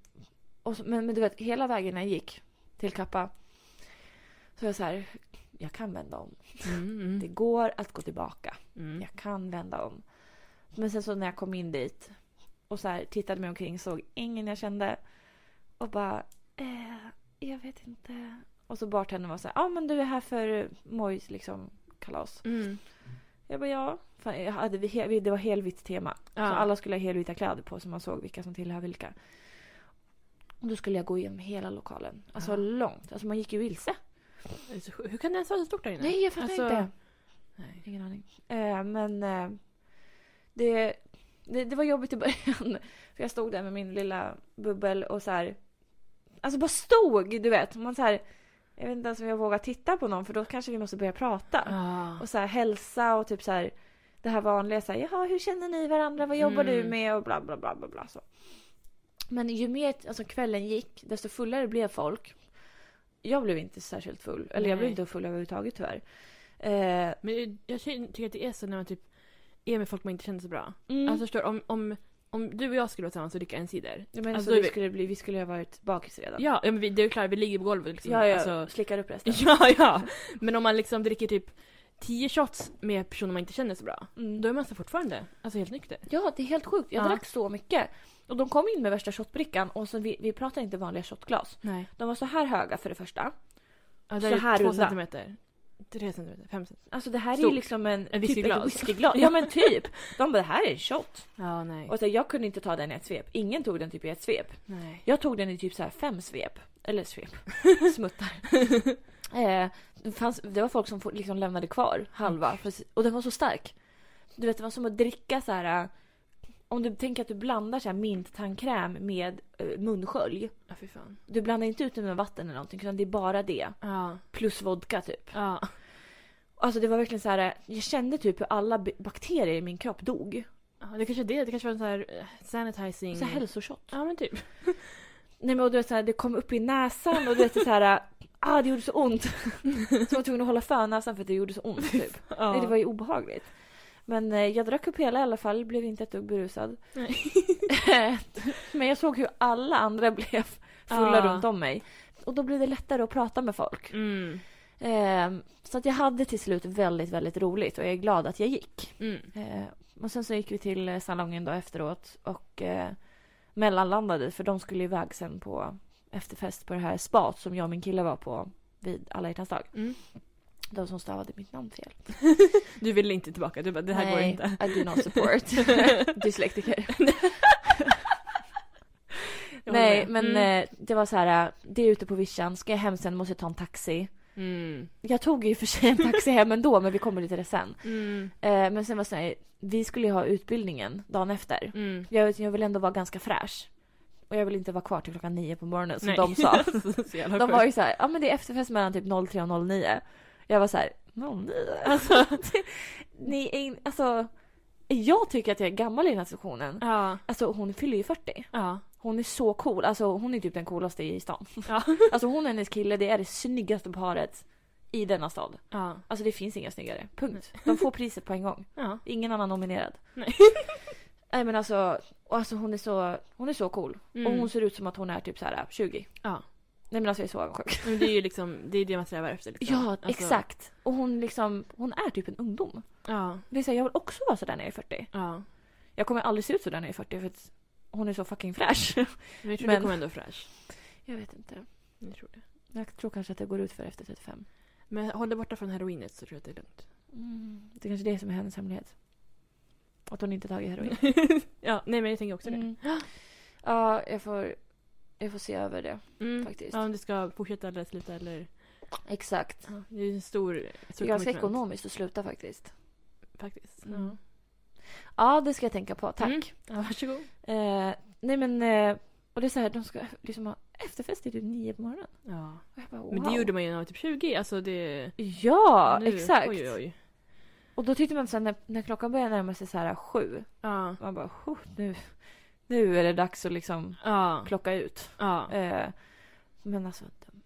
Speaker 2: och så, men, men du vet, hela vägen när jag gick till Kappa så var jag så här, jag kan vända om.
Speaker 1: Mm.
Speaker 2: Det
Speaker 1: Mm.
Speaker 2: går att gå tillbaka.
Speaker 1: Mm.
Speaker 2: Jag kan vända om. Men sen så när jag kom in dit och så här tittade mig omkring såg ingen jag kände och bara, eh, jag vet inte. Och så bartendern var så här, ja ah, men du är här för Mojs liksom kalas.
Speaker 1: Mm.
Speaker 2: Jag bara ja. Fan, jag hade, vi he- vi- det var helvitt tema.
Speaker 1: Ja.
Speaker 2: Så alla skulle ha helvita kläder på så man såg vilka som tillhör vilka. Och då skulle jag gå igenom hela lokalen. Alltså
Speaker 1: Ja.
Speaker 2: långt. Alltså man gick ju vilse.
Speaker 1: Det är så sjukt. Hur kan det ens vara så stort där inne?
Speaker 2: Nej, jag fattar
Speaker 1: Alltså-
Speaker 2: inte.
Speaker 1: Nej.
Speaker 2: Ingen aning. Eh, men eh, det, det, det var jobbigt i början. För jag stod där med min lilla bubbel och så här. Alltså bara stod, du vet. Man så här, jag vet inte ens om jag vågar titta på någon för då kanske vi måste börja prata.
Speaker 1: Ja.
Speaker 2: Och så här hälsa och typ så här det här vanliga så här, jaha hur känner ni varandra, vad jobbar du
Speaker 1: Mm.
Speaker 2: med och bla bla bla bla bla så. Men ju mer alltså, kvällen gick desto fullare blev folk. Jag blev inte särskilt full, eller jag blev
Speaker 1: Nej. Mm.
Speaker 2: inte full överhuvudtaget tyvärr. Eh,
Speaker 1: Men jag- jag känner- tycker att det är så när man typ är med folk man inte känner så bra.
Speaker 2: mm.
Speaker 1: Alltså förstår du, om, om, om du och jag skulle vara tillsammans och dricka en cider.
Speaker 2: jag menar,
Speaker 1: alltså,
Speaker 2: så
Speaker 1: då är
Speaker 2: vi,
Speaker 1: vi-
Speaker 2: skulle bli, vi skulle ha varit bakis redan.
Speaker 1: Ja, ja men vi, det är ju klart vi ligger på golvet liksom.
Speaker 2: ja, jag
Speaker 1: Alltså,
Speaker 2: slickar upp resten.
Speaker 1: ja, ja. Men om man liksom dricker typ 10 shots med personer man inte känner så bra.
Speaker 2: Mm.
Speaker 1: Då är man så fortfarande alltså helt nykter.
Speaker 2: Ja, det är helt sjukt. Jag
Speaker 1: Ja.
Speaker 2: drack så mycket. Och de kom in med värsta shotbrickan och så vi, vi pratar inte vanliga shotglas.
Speaker 1: Nej.
Speaker 2: De var så här höga för det första.
Speaker 1: Ja,
Speaker 2: Så
Speaker 1: det är
Speaker 2: här
Speaker 1: två
Speaker 2: runda.
Speaker 1: centimeter. Tre centimeter, fem centimeter.
Speaker 2: Alltså det här är ju
Speaker 1: Stort.
Speaker 2: liksom en,
Speaker 1: En
Speaker 2: Typ ett
Speaker 1: whiskyglas.
Speaker 2: whiskyglas. Ja men typ. De bara det här är en shot.
Speaker 1: Ja, nej.
Speaker 2: Och så, jag kunde inte ta den i ett svep. Ingen tog den typ i ett svep.
Speaker 1: nej.
Speaker 2: Jag tog den i typ så här fem svep. Eller svep. Smuttar. eh, det, fanns, det var folk som få- liksom lämnade kvar halva. För, och den var så stark. Du vet det var som att dricka så här. eh, Om du tänker att du blandar så här minttandkräm med eh, munskölj.
Speaker 1: Ja, fy fan.
Speaker 2: Du blandar inte ut det med vatten eller någonting utan det är bara det.
Speaker 1: Ja.
Speaker 2: Plus vodka typ.
Speaker 1: Ja.
Speaker 2: Alltså det var verkligen så här. jag kände typ hur alla b- bakterier i min kropp dog.
Speaker 1: ja. Det kanske är det. Det kanske var en sån här eh, sanitizing.
Speaker 2: Så här hälsoshot.
Speaker 1: Ja, men typ.
Speaker 2: Nej men och du vet så här, det kom upp i näsan och du vet det så här, ah det gjorde så ont. Så jag var tvungen att hålla för näsan för att det gjorde så ont typ.
Speaker 1: Ja.
Speaker 2: Nej, det var ju obehagligt. Men eh, jag drack upp hela i alla fall, blev inte ett dugg berusad.
Speaker 1: Nej.
Speaker 2: men jag såg hur alla andra blev fulla
Speaker 1: Ja.
Speaker 2: runt om mig. Och då blev det lättare att prata med folk.
Speaker 1: Mm.
Speaker 2: Ehm, så att jag hade till slut väldigt, väldigt roligt och jag är glad att jag gick.
Speaker 1: Mm.
Speaker 2: Eh, och sen så gick vi till eh, salongen då efteråt och eh, mellanlandade för de skulle iväg sen på efterfest på det här spat som jag och min kille var på vid alla hjärtans dag.
Speaker 1: Mm.
Speaker 2: De som stavade mitt namn fel.
Speaker 1: Du ville inte tillbaka, du bara det här
Speaker 2: Nej,
Speaker 1: går inte.
Speaker 2: I do not support. Dyslektiker.
Speaker 1: Jag
Speaker 2: Nej,
Speaker 1: håller med. Mm.
Speaker 2: men eh, det var så här, eh, det är ute på vischan, ska jag hem sen måste jag ta en taxi.
Speaker 1: Mm.
Speaker 2: Jag tog ju för sig en taxi hem ändå, men vi kommer lite till det sen.
Speaker 1: Mm.
Speaker 2: Eh, men sen var det så här, vi skulle ju ha utbildningen dagen efter.
Speaker 1: Mm.
Speaker 2: Jag, vet- jag vill ändå vara ganska fräsch. Och jag vill inte vara kvar till klockan nio på morgonen som
Speaker 1: Nej.
Speaker 2: Alltså, de sa.
Speaker 1: Så jävla
Speaker 2: De
Speaker 1: sjukt.
Speaker 2: var ju så här, ja men det är efterfest mellan typ 03 och 09. Jag var så här, 09? Alltså, det, ni är in, alltså, jag tycker att jag är gammal i den här situationen.
Speaker 1: Ja.
Speaker 2: Alltså hon fyller ju 40.
Speaker 1: Ja.
Speaker 2: Hon är så cool. Alltså hon är typ den coolaste i stan.
Speaker 1: Ja.
Speaker 2: Alltså hon och hennes kille, det är det snyggaste paret i denna stad.
Speaker 1: Ja.
Speaker 2: Alltså det finns inga snyggare. Punkt. De får priset på en gång.
Speaker 1: Ja.
Speaker 2: Ingen annan nominerad.
Speaker 1: Nej.
Speaker 2: Nej men alltså, och alltså hon, är så, hon är så cool. Och
Speaker 1: Mm.
Speaker 2: hon ser ut som att hon är typ så här 20.
Speaker 1: Ja.
Speaker 2: Nej men alltså jag är så avundsjuk.
Speaker 1: Men det är ju liksom, det är det man strävar efter liksom.
Speaker 2: Ja,
Speaker 1: Alltså,
Speaker 2: exakt. Och hon liksom, hon är typ en ungdom.
Speaker 1: Ja.
Speaker 2: Det är så här, jag vill också vara sådär när jag är 40.
Speaker 1: Ja.
Speaker 2: Jag kommer aldrig se ut sådär när jag är 40 för att hon är så fucking fräsch.
Speaker 1: Men jag tror
Speaker 2: Men-
Speaker 1: du kommer ändå fräsch.
Speaker 2: Jag vet inte.
Speaker 1: Jag tror det.
Speaker 2: Jag tror kanske att det går ut för efter 35.
Speaker 1: Men håll dig borta från heroinet så tror jag att det är lugnt.
Speaker 2: Mm. Det är kanske är det som är hennes hemlighet. Att hon inte tagit heroin.
Speaker 1: ja, nej men jag tänker också
Speaker 2: Mm. Ja, jag får, jag får se över det
Speaker 1: det. Mm.
Speaker 2: faktiskt.
Speaker 1: Ja, om du ska fortsätta eller sluta eller...
Speaker 2: Exakt.
Speaker 1: Det är ju en stor...
Speaker 2: Det
Speaker 1: stor
Speaker 2: är ganska
Speaker 1: commitment,
Speaker 2: ekonomiskt att sluta faktiskt.
Speaker 1: Faktiskt.
Speaker 2: Mm. Ja, det ska jag tänka på. Tack.
Speaker 1: Mm. Ja, varsågod.
Speaker 2: Eh, nej men, eh, och det är så här, de ska liksom ha efterfest till typ nio på morgonen.
Speaker 1: Ja.
Speaker 2: Och jag bara, wow.
Speaker 1: Men det gjorde man ju när man var typ 20, alltså det...
Speaker 2: Ja,
Speaker 1: nu-
Speaker 2: exakt.
Speaker 1: Oj, oj, oj.
Speaker 2: Och då tyckte man sen när, när klockan började närma sig så här sju,
Speaker 1: Ja.
Speaker 2: man bara, "Huh, nu, nu är det dags att liksom
Speaker 1: Ja.
Speaker 2: plocka ut.
Speaker 1: Ja.
Speaker 2: Eh, men alltså, de,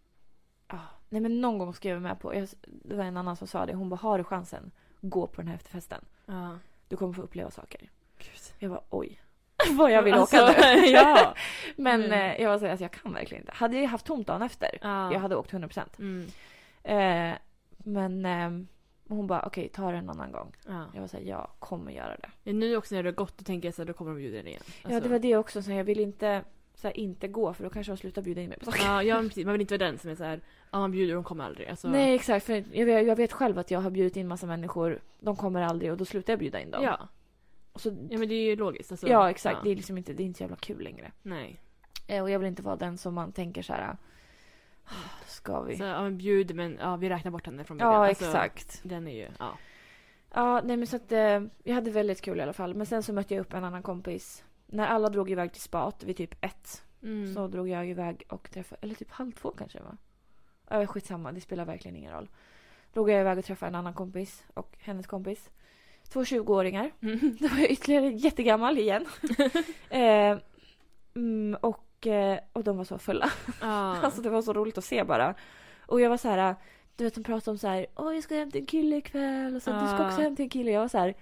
Speaker 2: ja. nej men någon gång ska jag vara med på, jag, det var en annan som sa det, hon bara, har du chansen, gå på den här efterfesten.
Speaker 1: Ja.
Speaker 2: Du kommer få uppleva saker.
Speaker 1: Gud.
Speaker 2: Jag bara, oj. Vad jag vill
Speaker 1: Alltså,
Speaker 2: åka nu.
Speaker 1: ja.
Speaker 2: Men
Speaker 1: Mm.
Speaker 2: eh, jag var så här, alltså, jag kan verkligen inte. Hade jag haft tomt dagen efter,
Speaker 1: ja.
Speaker 2: Jag hade åkt 100%.
Speaker 1: Mm.
Speaker 2: Eh, men ehm, hon bara okej, ta det en annan gång.
Speaker 1: Ja.
Speaker 2: Jag var såhär, jag kommer göra det.
Speaker 1: Ja, Nu också när det har gått, då tänker jag så här, då kommer de bjuda dig igen.
Speaker 2: Ja, det
Speaker 1: Alltså,
Speaker 2: var det också. Så jag vill inte, så här, inte gå för då kanske de slutar bjuda in mig på saker.
Speaker 1: Ja, ja men precis. Man vill inte vara den som är så här, ja man bjuder och de kommer aldrig. Alltså,
Speaker 2: Nej exakt, för jag, vet- jag vet själv att jag har bjudit in massa människor, de kommer aldrig och då slutar jag bjuda in dem.
Speaker 1: ja.
Speaker 2: Och så,
Speaker 1: ja, men det är ju logiskt. Alltså,
Speaker 2: ja exakt, det är liksom inte, det är inte så jävla kul längre.
Speaker 1: Nej.
Speaker 2: Eh, och jag vill inte vara den som man tänker så här. "Ah, ska vi?
Speaker 1: Så, ja, men bjud, men ja, vi räknar bort henne från början.
Speaker 2: ja
Speaker 1: Alltså,
Speaker 2: exakt.
Speaker 1: Den är ju, ja.
Speaker 2: Ja, nej men så att eh, jag hade väldigt kul i alla fall. Men sen så mötte jag upp en annan kompis. När alla drog iväg till spat vid typ ett
Speaker 1: Mm.
Speaker 2: så drog jag iväg och träffade, eller typ halv två kanske det var. Ja, skitsamma, det spelar verkligen ingen roll. Drog jag iväg och träffade en annan kompis och hennes kompis. Två 20-åringar.
Speaker 1: Mm.
Speaker 2: Då var jag ytterligare jättegammal igen. eh, mm, och, eh, och de var så fulla.
Speaker 1: Ja.
Speaker 2: Alltså det var så roligt att se bara. Och jag var så här, du vet de pratade om så här, åh jag ska hem till en kille ikväll och så du ska
Speaker 1: Ja.
Speaker 2: också hem till en kille. Jag var så här,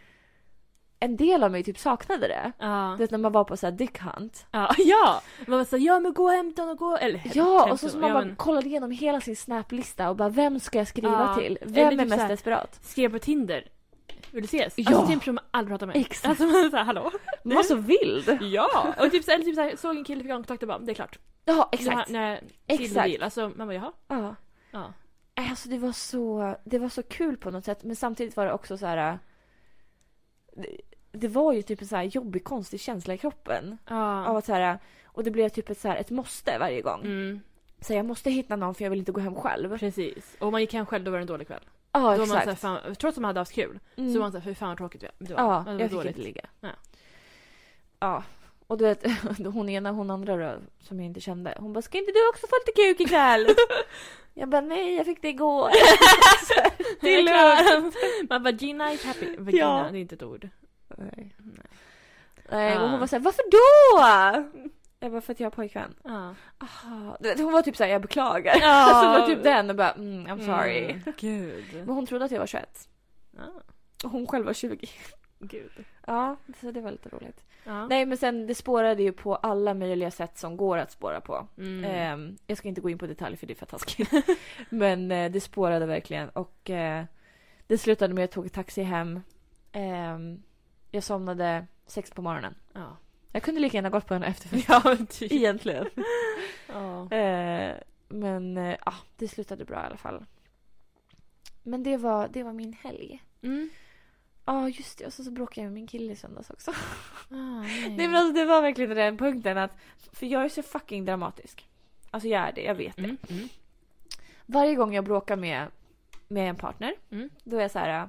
Speaker 2: en del av mig typ saknade det.
Speaker 1: ja.
Speaker 2: Du vet när man var på så här dick hunt.
Speaker 1: Ja, ja! Man bara så här, ja men gå och hämta honom och gå. Eller hem-
Speaker 2: Ja,
Speaker 1: hem
Speaker 2: och så,
Speaker 1: till
Speaker 2: så
Speaker 1: honom.
Speaker 2: man bara
Speaker 1: Ja, men,
Speaker 2: kollade igenom hela sin snaplista och bara vem ska jag skriva
Speaker 1: Ja.
Speaker 2: till?
Speaker 1: Eller
Speaker 2: Vem
Speaker 1: typ
Speaker 2: är mest
Speaker 1: så här-
Speaker 2: desperat?
Speaker 1: Skrev på Tinder. Vill du ses?
Speaker 2: Ja.
Speaker 1: Alltså typ som man aldrig pratar med.
Speaker 2: Exakt.
Speaker 1: Alltså man såhär, hallå?
Speaker 2: Man var så vild!
Speaker 1: Ja! Och typ, så- eller typ såhär, såg en kille fick ögonkontakt och bara, det är klart.
Speaker 2: Ja,
Speaker 1: Det
Speaker 2: exakt.
Speaker 1: här- När,
Speaker 2: Exakt.
Speaker 1: exakt. Deal. Alltså man bara, jaha.
Speaker 2: Ja.
Speaker 1: Ja.
Speaker 2: Nej, Alltså det var, så, det var så kul på något sätt men samtidigt var det också så här. Det, det var ju typ en så här jobbig konstig känsla i kroppen. Av
Speaker 1: Ja.
Speaker 2: att så här, och det blev typ ett, så här, ett måste varje gång.
Speaker 1: Mm,
Speaker 2: Så jag måste hitta någon för jag vill inte gå hem själv.
Speaker 1: precis. Och om man gick hem själv då var det en dålig kväll.
Speaker 2: Ja
Speaker 1: då var man
Speaker 2: exakt.
Speaker 1: såhär, fan, trots att man hade haft kul,
Speaker 2: Mm.
Speaker 1: så var man såhär, fy fan vad tråkigt det var.
Speaker 2: ja,
Speaker 1: det var
Speaker 2: jag fick
Speaker 1: dåligt.
Speaker 2: inte ligga.
Speaker 1: Ja.
Speaker 2: Ja. Och du vet, hon ena hon andra då, som jag inte kände, hon bara “ska inte du också få lite kuk ikväll?” Jag bara “nej, jag fick det igår”.
Speaker 1: Det är lugnt. Man bara, Gina is happy. Vagina,
Speaker 2: Ja.
Speaker 1: det är inte ett ord.
Speaker 2: Nej.
Speaker 1: Nej.
Speaker 2: Nej, och
Speaker 1: Ja.
Speaker 2: hon var såhär “varför då?” Jag bara “för att jag har pojkvän”.
Speaker 1: Ja.
Speaker 2: Aha. Du vet, hon var typ såhär “jag beklagar”.
Speaker 1: Ja.
Speaker 2: Alltså hon var typ den och bara mm, “I'm sorry”.
Speaker 1: Mm, gud.
Speaker 2: Men hon trodde att jag var 21.
Speaker 1: Ja.
Speaker 2: Och hon själv var 20.
Speaker 1: Gud.
Speaker 2: Ja, så det var lite roligt.
Speaker 1: Ja.
Speaker 2: Nej men sen det spårade ju på alla möjliga sätt som går att spåra på.
Speaker 1: Mm.
Speaker 2: Ehm, jag ska inte gå in på detaljer för det är för taskigt. men eh, det spårade verkligen och eh, det slutade med att jag tog taxi hem. Ehm, jag somnade sex på morgonen.
Speaker 1: Ja.
Speaker 2: Jag kunde lika gärna gått på en efterfest
Speaker 1: Ja, men typ.
Speaker 2: egentligen.
Speaker 1: Ja.
Speaker 2: Eh, men eh, ja, det slutade bra i alla fall. Men det var, det var min helg.
Speaker 1: Mm.
Speaker 2: Ja, just det. Och så, så bråkade jag med min kille i söndags också.
Speaker 1: Ah,
Speaker 2: Nej men alltså det var verkligen den punkten att, för jag är så fucking dramatisk. Alltså jag är det, jag vet det.
Speaker 1: Mm. Mm.
Speaker 2: Varje gång jag bråkar med, med en partner,
Speaker 1: Mm.
Speaker 2: då är jag så här. äh,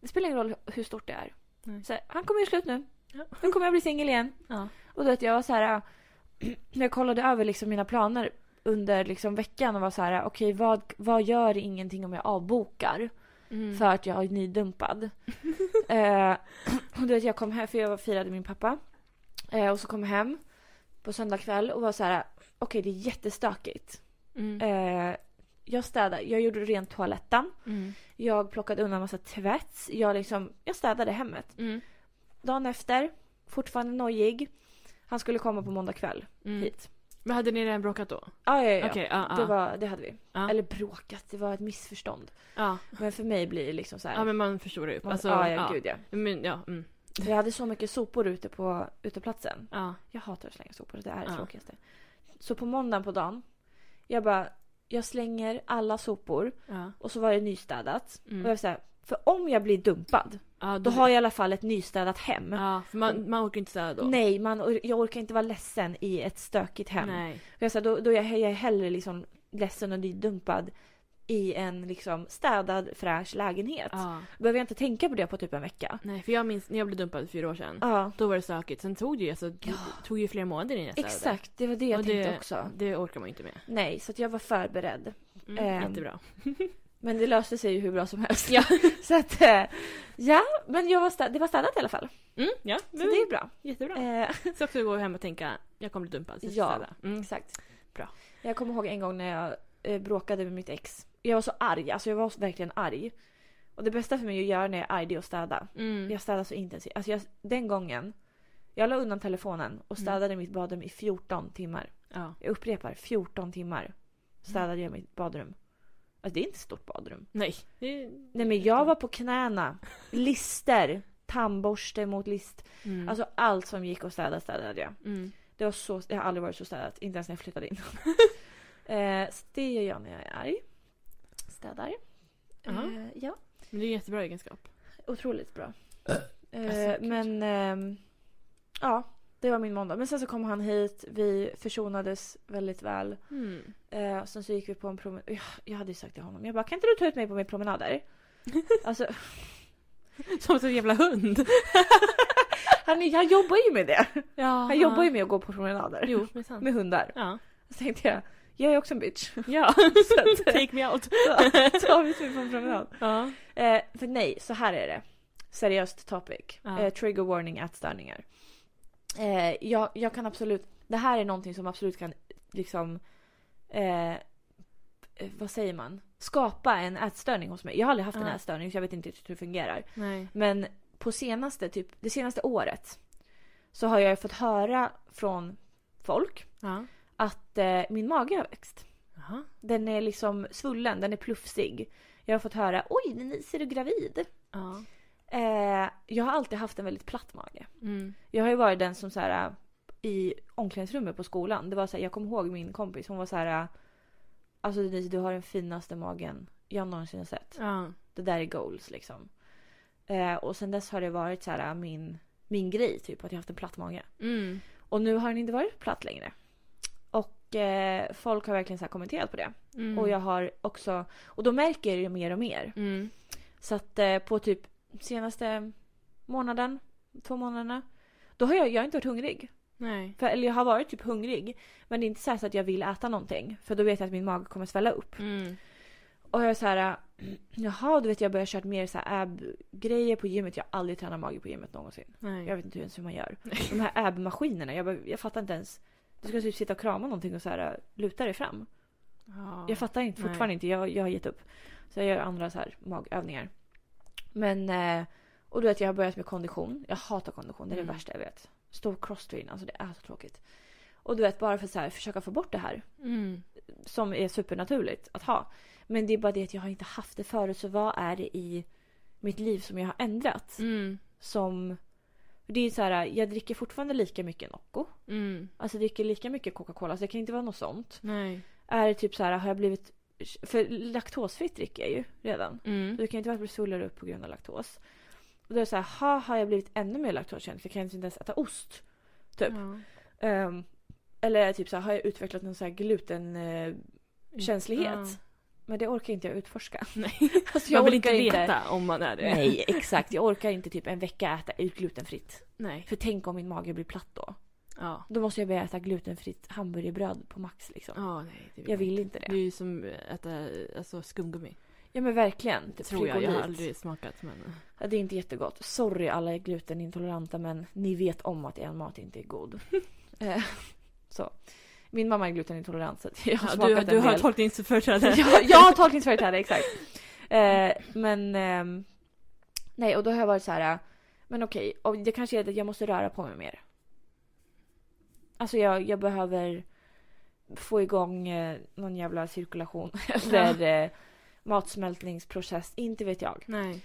Speaker 2: Det spelar ingen roll hur stort det är.
Speaker 1: Nej.
Speaker 2: Så här, han kommer ju slut nu.
Speaker 1: Ja.
Speaker 2: Nu kommer jag bli singel igen.
Speaker 1: Ja.
Speaker 2: Och då att jag var så här, äh, när jag kollade över liksom mina planer under liksom veckan och var så här, äh, okej vad, vad gör ingenting om jag avbokar?
Speaker 1: Mm.
Speaker 2: för att jag är nydumpad. eh, och du vet, jag kom hem, för jag var- firade min pappa. Eh, och så kom jag hem på söndag kväll och var så här, okej det är jättestökigt.
Speaker 1: Mm.
Speaker 2: Eh, jag städade, jag gjorde rent toaletten.
Speaker 1: Mm.
Speaker 2: Jag plockade undan massa tvätt. Jag, liksom, jag städade hemmet.
Speaker 1: Mm.
Speaker 2: Dagen efter, fortfarande nojig. Han skulle komma på måndag kväll
Speaker 1: Mm.
Speaker 2: hit.
Speaker 1: Men hade ni redan bråkat då?
Speaker 2: Ah, ja, ja, ja.
Speaker 1: Okej, ja,
Speaker 2: Det,
Speaker 1: ja.
Speaker 2: var, det hade vi.
Speaker 1: Ja.
Speaker 2: Eller bråkat, det var ett missförstånd.
Speaker 1: Ja.
Speaker 2: Men för mig blir det liksom så här.
Speaker 1: ja, men man förstår det ju.
Speaker 2: man-
Speaker 1: Alltså,
Speaker 2: ah, ja, gud ja.
Speaker 1: Men, ja. Mm.
Speaker 2: Jag hade så mycket sopor ute på uteplatsen.
Speaker 1: ja.
Speaker 2: Jag hatar att slänga sopor, det är det
Speaker 1: Ja.
Speaker 2: tråkigaste. Så på måndagen på dagen, jag bara, jag slänger alla sopor
Speaker 1: Ja.
Speaker 2: och så var det nystädat.
Speaker 1: Mm.
Speaker 2: Och jag var så här, för om jag blir dumpad,
Speaker 1: ja
Speaker 2: då har jag i alla fall ett nystädat hem.
Speaker 1: Ja, för man, man orkar inte städa då.
Speaker 2: Nej, man, or- jag orkar inte vara ledsen i ett stökigt hem.
Speaker 1: Nej.
Speaker 2: Och Jag, så här, då, då är jag, jag är hellre liksom ledsen och nydumpad i en liksom städad fräsch lägenhet.
Speaker 1: Ja.
Speaker 2: Behöver jag inte tänka på det på typ en vecka.
Speaker 1: Nej, för jag minns när jag blev dumpad för fyra år sedan.
Speaker 2: Ja,
Speaker 1: Då var det stökigt. Sen tog det ju, alltså, det tog ju flera månader innan jag städade.
Speaker 2: exakt. Det var det jag
Speaker 1: Och
Speaker 2: tänkte
Speaker 1: det,
Speaker 2: också.
Speaker 1: Det orkar man ju inte med.
Speaker 2: Nej, så att jag var förberedd.
Speaker 1: Mm,
Speaker 2: Ehm.
Speaker 1: Jättebra.
Speaker 2: Men det löste sig ju hur bra som helst.
Speaker 1: Ja.
Speaker 2: Så att, eh, ja, men jag var städ- det var städat i alla fall.
Speaker 1: Mm, ja,
Speaker 2: Så det är bra.
Speaker 1: jättebra.
Speaker 2: Eh,
Speaker 1: Så också gå hem och tänka, jag kommer bli dumpad. Så jag ska
Speaker 2: Ja.
Speaker 1: städa. Mm.
Speaker 2: exakt.
Speaker 1: Bra.
Speaker 2: Jag kommer ihåg en gång när jag eh, bråkade med mitt ex. Jag var så arg, alltså jag var så- verkligen arg. Och det bästa för mig att göra när jag är arg det är att städa.
Speaker 1: Mm.
Speaker 2: Jag städade så intensivt. Alltså jag, den gången, jag la undan telefonen och
Speaker 1: Mm.
Speaker 2: städade mitt badrum i 14 timmar.
Speaker 1: Ja.
Speaker 2: Jag upprepar, 14
Speaker 1: Mm.
Speaker 2: timmar städade jag mitt badrum. Alltså det är inte ett stort badrum.
Speaker 1: Nej. Det,
Speaker 2: Nej men jag var på knäna. Lister. Tandborste mot list.
Speaker 1: mm.
Speaker 2: Alltså allt som gick att städa städade jag.
Speaker 1: mm.
Speaker 2: Det var så, jag har aldrig varit så städat. Inte ens när jag flyttade in. eh, så det gör jag när jag är arg. Städar.
Speaker 1: Ja.
Speaker 2: Eh, ja,
Speaker 1: Men det är en jättebra egenskap.
Speaker 2: otroligt bra.
Speaker 1: Alltså,
Speaker 2: eh,
Speaker 1: gud.
Speaker 2: men ehm, ja, det var min måndag. Men sen så kom han hit. Vi försonades väldigt väl.
Speaker 1: Mm.
Speaker 2: Eh, sen så gick vi på en promenad. Jag, jag hade ju sagt till honom. Jag bara kan inte du ta ut mig på min promenad där? alltså
Speaker 1: Som en jävla hund.
Speaker 2: Han, är- han jobbar ju med det.
Speaker 1: Ja.
Speaker 2: Han jobbar ju med att gå på promenader.
Speaker 1: Jo, det är sant.
Speaker 2: Med hundar.
Speaker 1: Ja.
Speaker 2: Så tänkte jag, jag är också en bitch.
Speaker 1: ja.
Speaker 2: Så att, eh,
Speaker 1: Take me out.
Speaker 2: så har vi tur på en promenad.
Speaker 1: Ja.
Speaker 2: Eh, för nej, så här är det. Seriöst topic.
Speaker 1: Ja.
Speaker 2: Eh, trigger warning, ätstörningar. Eh, jag, jag kan absolut, det här är någonting som absolut kan liksom, eh, eh, vad säger man? Skapa en ätstörning hos mig. Jag har aldrig haft en
Speaker 1: Ja.
Speaker 2: ätstörning så jag vet inte riktigt hur det fungerar.
Speaker 1: Nej.
Speaker 2: Men på senaste, typ det senaste året så har jag fått höra från folk
Speaker 1: Ja.
Speaker 2: att eh, min mage har växt.
Speaker 1: Jaha.
Speaker 2: Den är liksom svullen, den är plufsig. Jag har fått höra oj, Denise är du gravid?
Speaker 1: Ja.
Speaker 2: Eh, jag har alltid haft en väldigt platt mage.
Speaker 1: Mm.
Speaker 2: Jag har ju varit den som så här i omklädningsrummet på skolan. Det var så här, jag kommer ihåg min kompis, hon var så här alltså Denise du har den finaste magen jag någonsin har sett
Speaker 1: Ja.
Speaker 2: det där är goals liksom. Eh, och sen dess har det varit så här min, min grej typ att jag haft en platt mage.
Speaker 1: Mm.
Speaker 2: Och nu har den inte varit platt längre. Och eh, folk har verkligen så här kommenterat på det.
Speaker 1: Mm.
Speaker 2: Och jag har också, och då märker jag det mer och mer.
Speaker 1: Mm.
Speaker 2: Så att eh, på typ senaste månaden, två månaderna. Då har jag, jag har inte varit hungrig.
Speaker 1: Nej.
Speaker 2: För, eller jag har varit typ hungrig. Men det är inte så, här så att jag vill äta någonting. För då vet jag att min mage kommer svälla upp.
Speaker 1: Mm.
Speaker 2: Och jag är så här, jaha du vet jag börjar köra mer så här ab-grejer på gymmet. Jag har aldrig tränat mage på gymmet någonsin.
Speaker 1: Nej.
Speaker 2: Jag vet inte ens hur man gör. De här ab-maskinerna, jag, bara, jag fattar inte ens. Du ska typ sitta och krama någonting och så här luta dig fram.
Speaker 1: Ja.
Speaker 2: Jag fattar inte,
Speaker 1: Nej.
Speaker 2: fortfarande inte, jag, jag har gett upp. Så jag gör andra så här magövningar. Men, eh, Och du vet jag har börjat med kondition. Jag hatar kondition, det är det
Speaker 1: Mm.
Speaker 2: värsta jag vet. Stor crosstrain, alltså det är så tråkigt. Och du vet bara för att så här, försöka få bort det här.
Speaker 1: Mm.
Speaker 2: Som är supernaturligt att ha. Men det är bara det att jag har inte haft det förut. Så vad är det i mitt liv som jag har ändrat?
Speaker 1: Mm.
Speaker 2: Som... Det är så här, jag dricker fortfarande lika mycket Nocco.
Speaker 1: Mm.
Speaker 2: Alltså jag dricker lika mycket Coca-Cola. Så det kan inte vara något sånt.
Speaker 1: Nej.
Speaker 2: Är det typ så här, har jag blivit... För laktosfritt dricker jag ju redan.
Speaker 1: Mm.
Speaker 2: Så Du kan ju inte bara bli fullare upp på grund av laktos. Och då är det så här, ha, har jag blivit ännu mer laktoskänslig? Kan jag inte ens äta ost? Typ.
Speaker 1: Ja.
Speaker 2: Ehm, eller typ så här, har jag utvecklat någon så här glutenkänslighet?
Speaker 1: Mm, Ja.
Speaker 2: Men det orkar inte jag utforska.
Speaker 1: Nej.
Speaker 2: Alltså,
Speaker 1: Jag vill inte
Speaker 2: orkar
Speaker 1: veta om man är det.
Speaker 2: Nej, exakt. Jag orkar inte typ en vecka äta ut glutenfritt.
Speaker 1: Nej.
Speaker 2: För tänk om min mage blir platt då.
Speaker 1: Ja.
Speaker 2: Då måste jag börja äta glutenfritt hamburgerbröd på max liksom.
Speaker 1: Ja, nej. Det
Speaker 2: Jag vill inte
Speaker 1: Det
Speaker 2: det.
Speaker 1: är ju som att äta alltså, skumgummi.
Speaker 2: Ja men verkligen. Typ
Speaker 1: tror jag. Jag har
Speaker 2: frigolit.
Speaker 1: aldrig smakat men...
Speaker 2: Ja, Det är inte jättegott. Sorry alla glutenintoleranta men ni vet om att er mat inte är god. Eh, så. Min mamma är glutenintolerant så att jag har
Speaker 1: Ja,
Speaker 2: smakat
Speaker 1: du,
Speaker 2: en
Speaker 1: du har
Speaker 2: del.
Speaker 1: tolkningsföreträde.
Speaker 2: jag, jag har tolkningsföreträde, exakt. Eh, men ehm, nej och då har jag varit så här. eh, Men okej, och det kanske är att jag måste röra på mig mer. Alltså jag, jag behöver få igång eh, någon jävla cirkulation eller eh, matsmältningsprocess. Inte vet jag.
Speaker 1: Nej.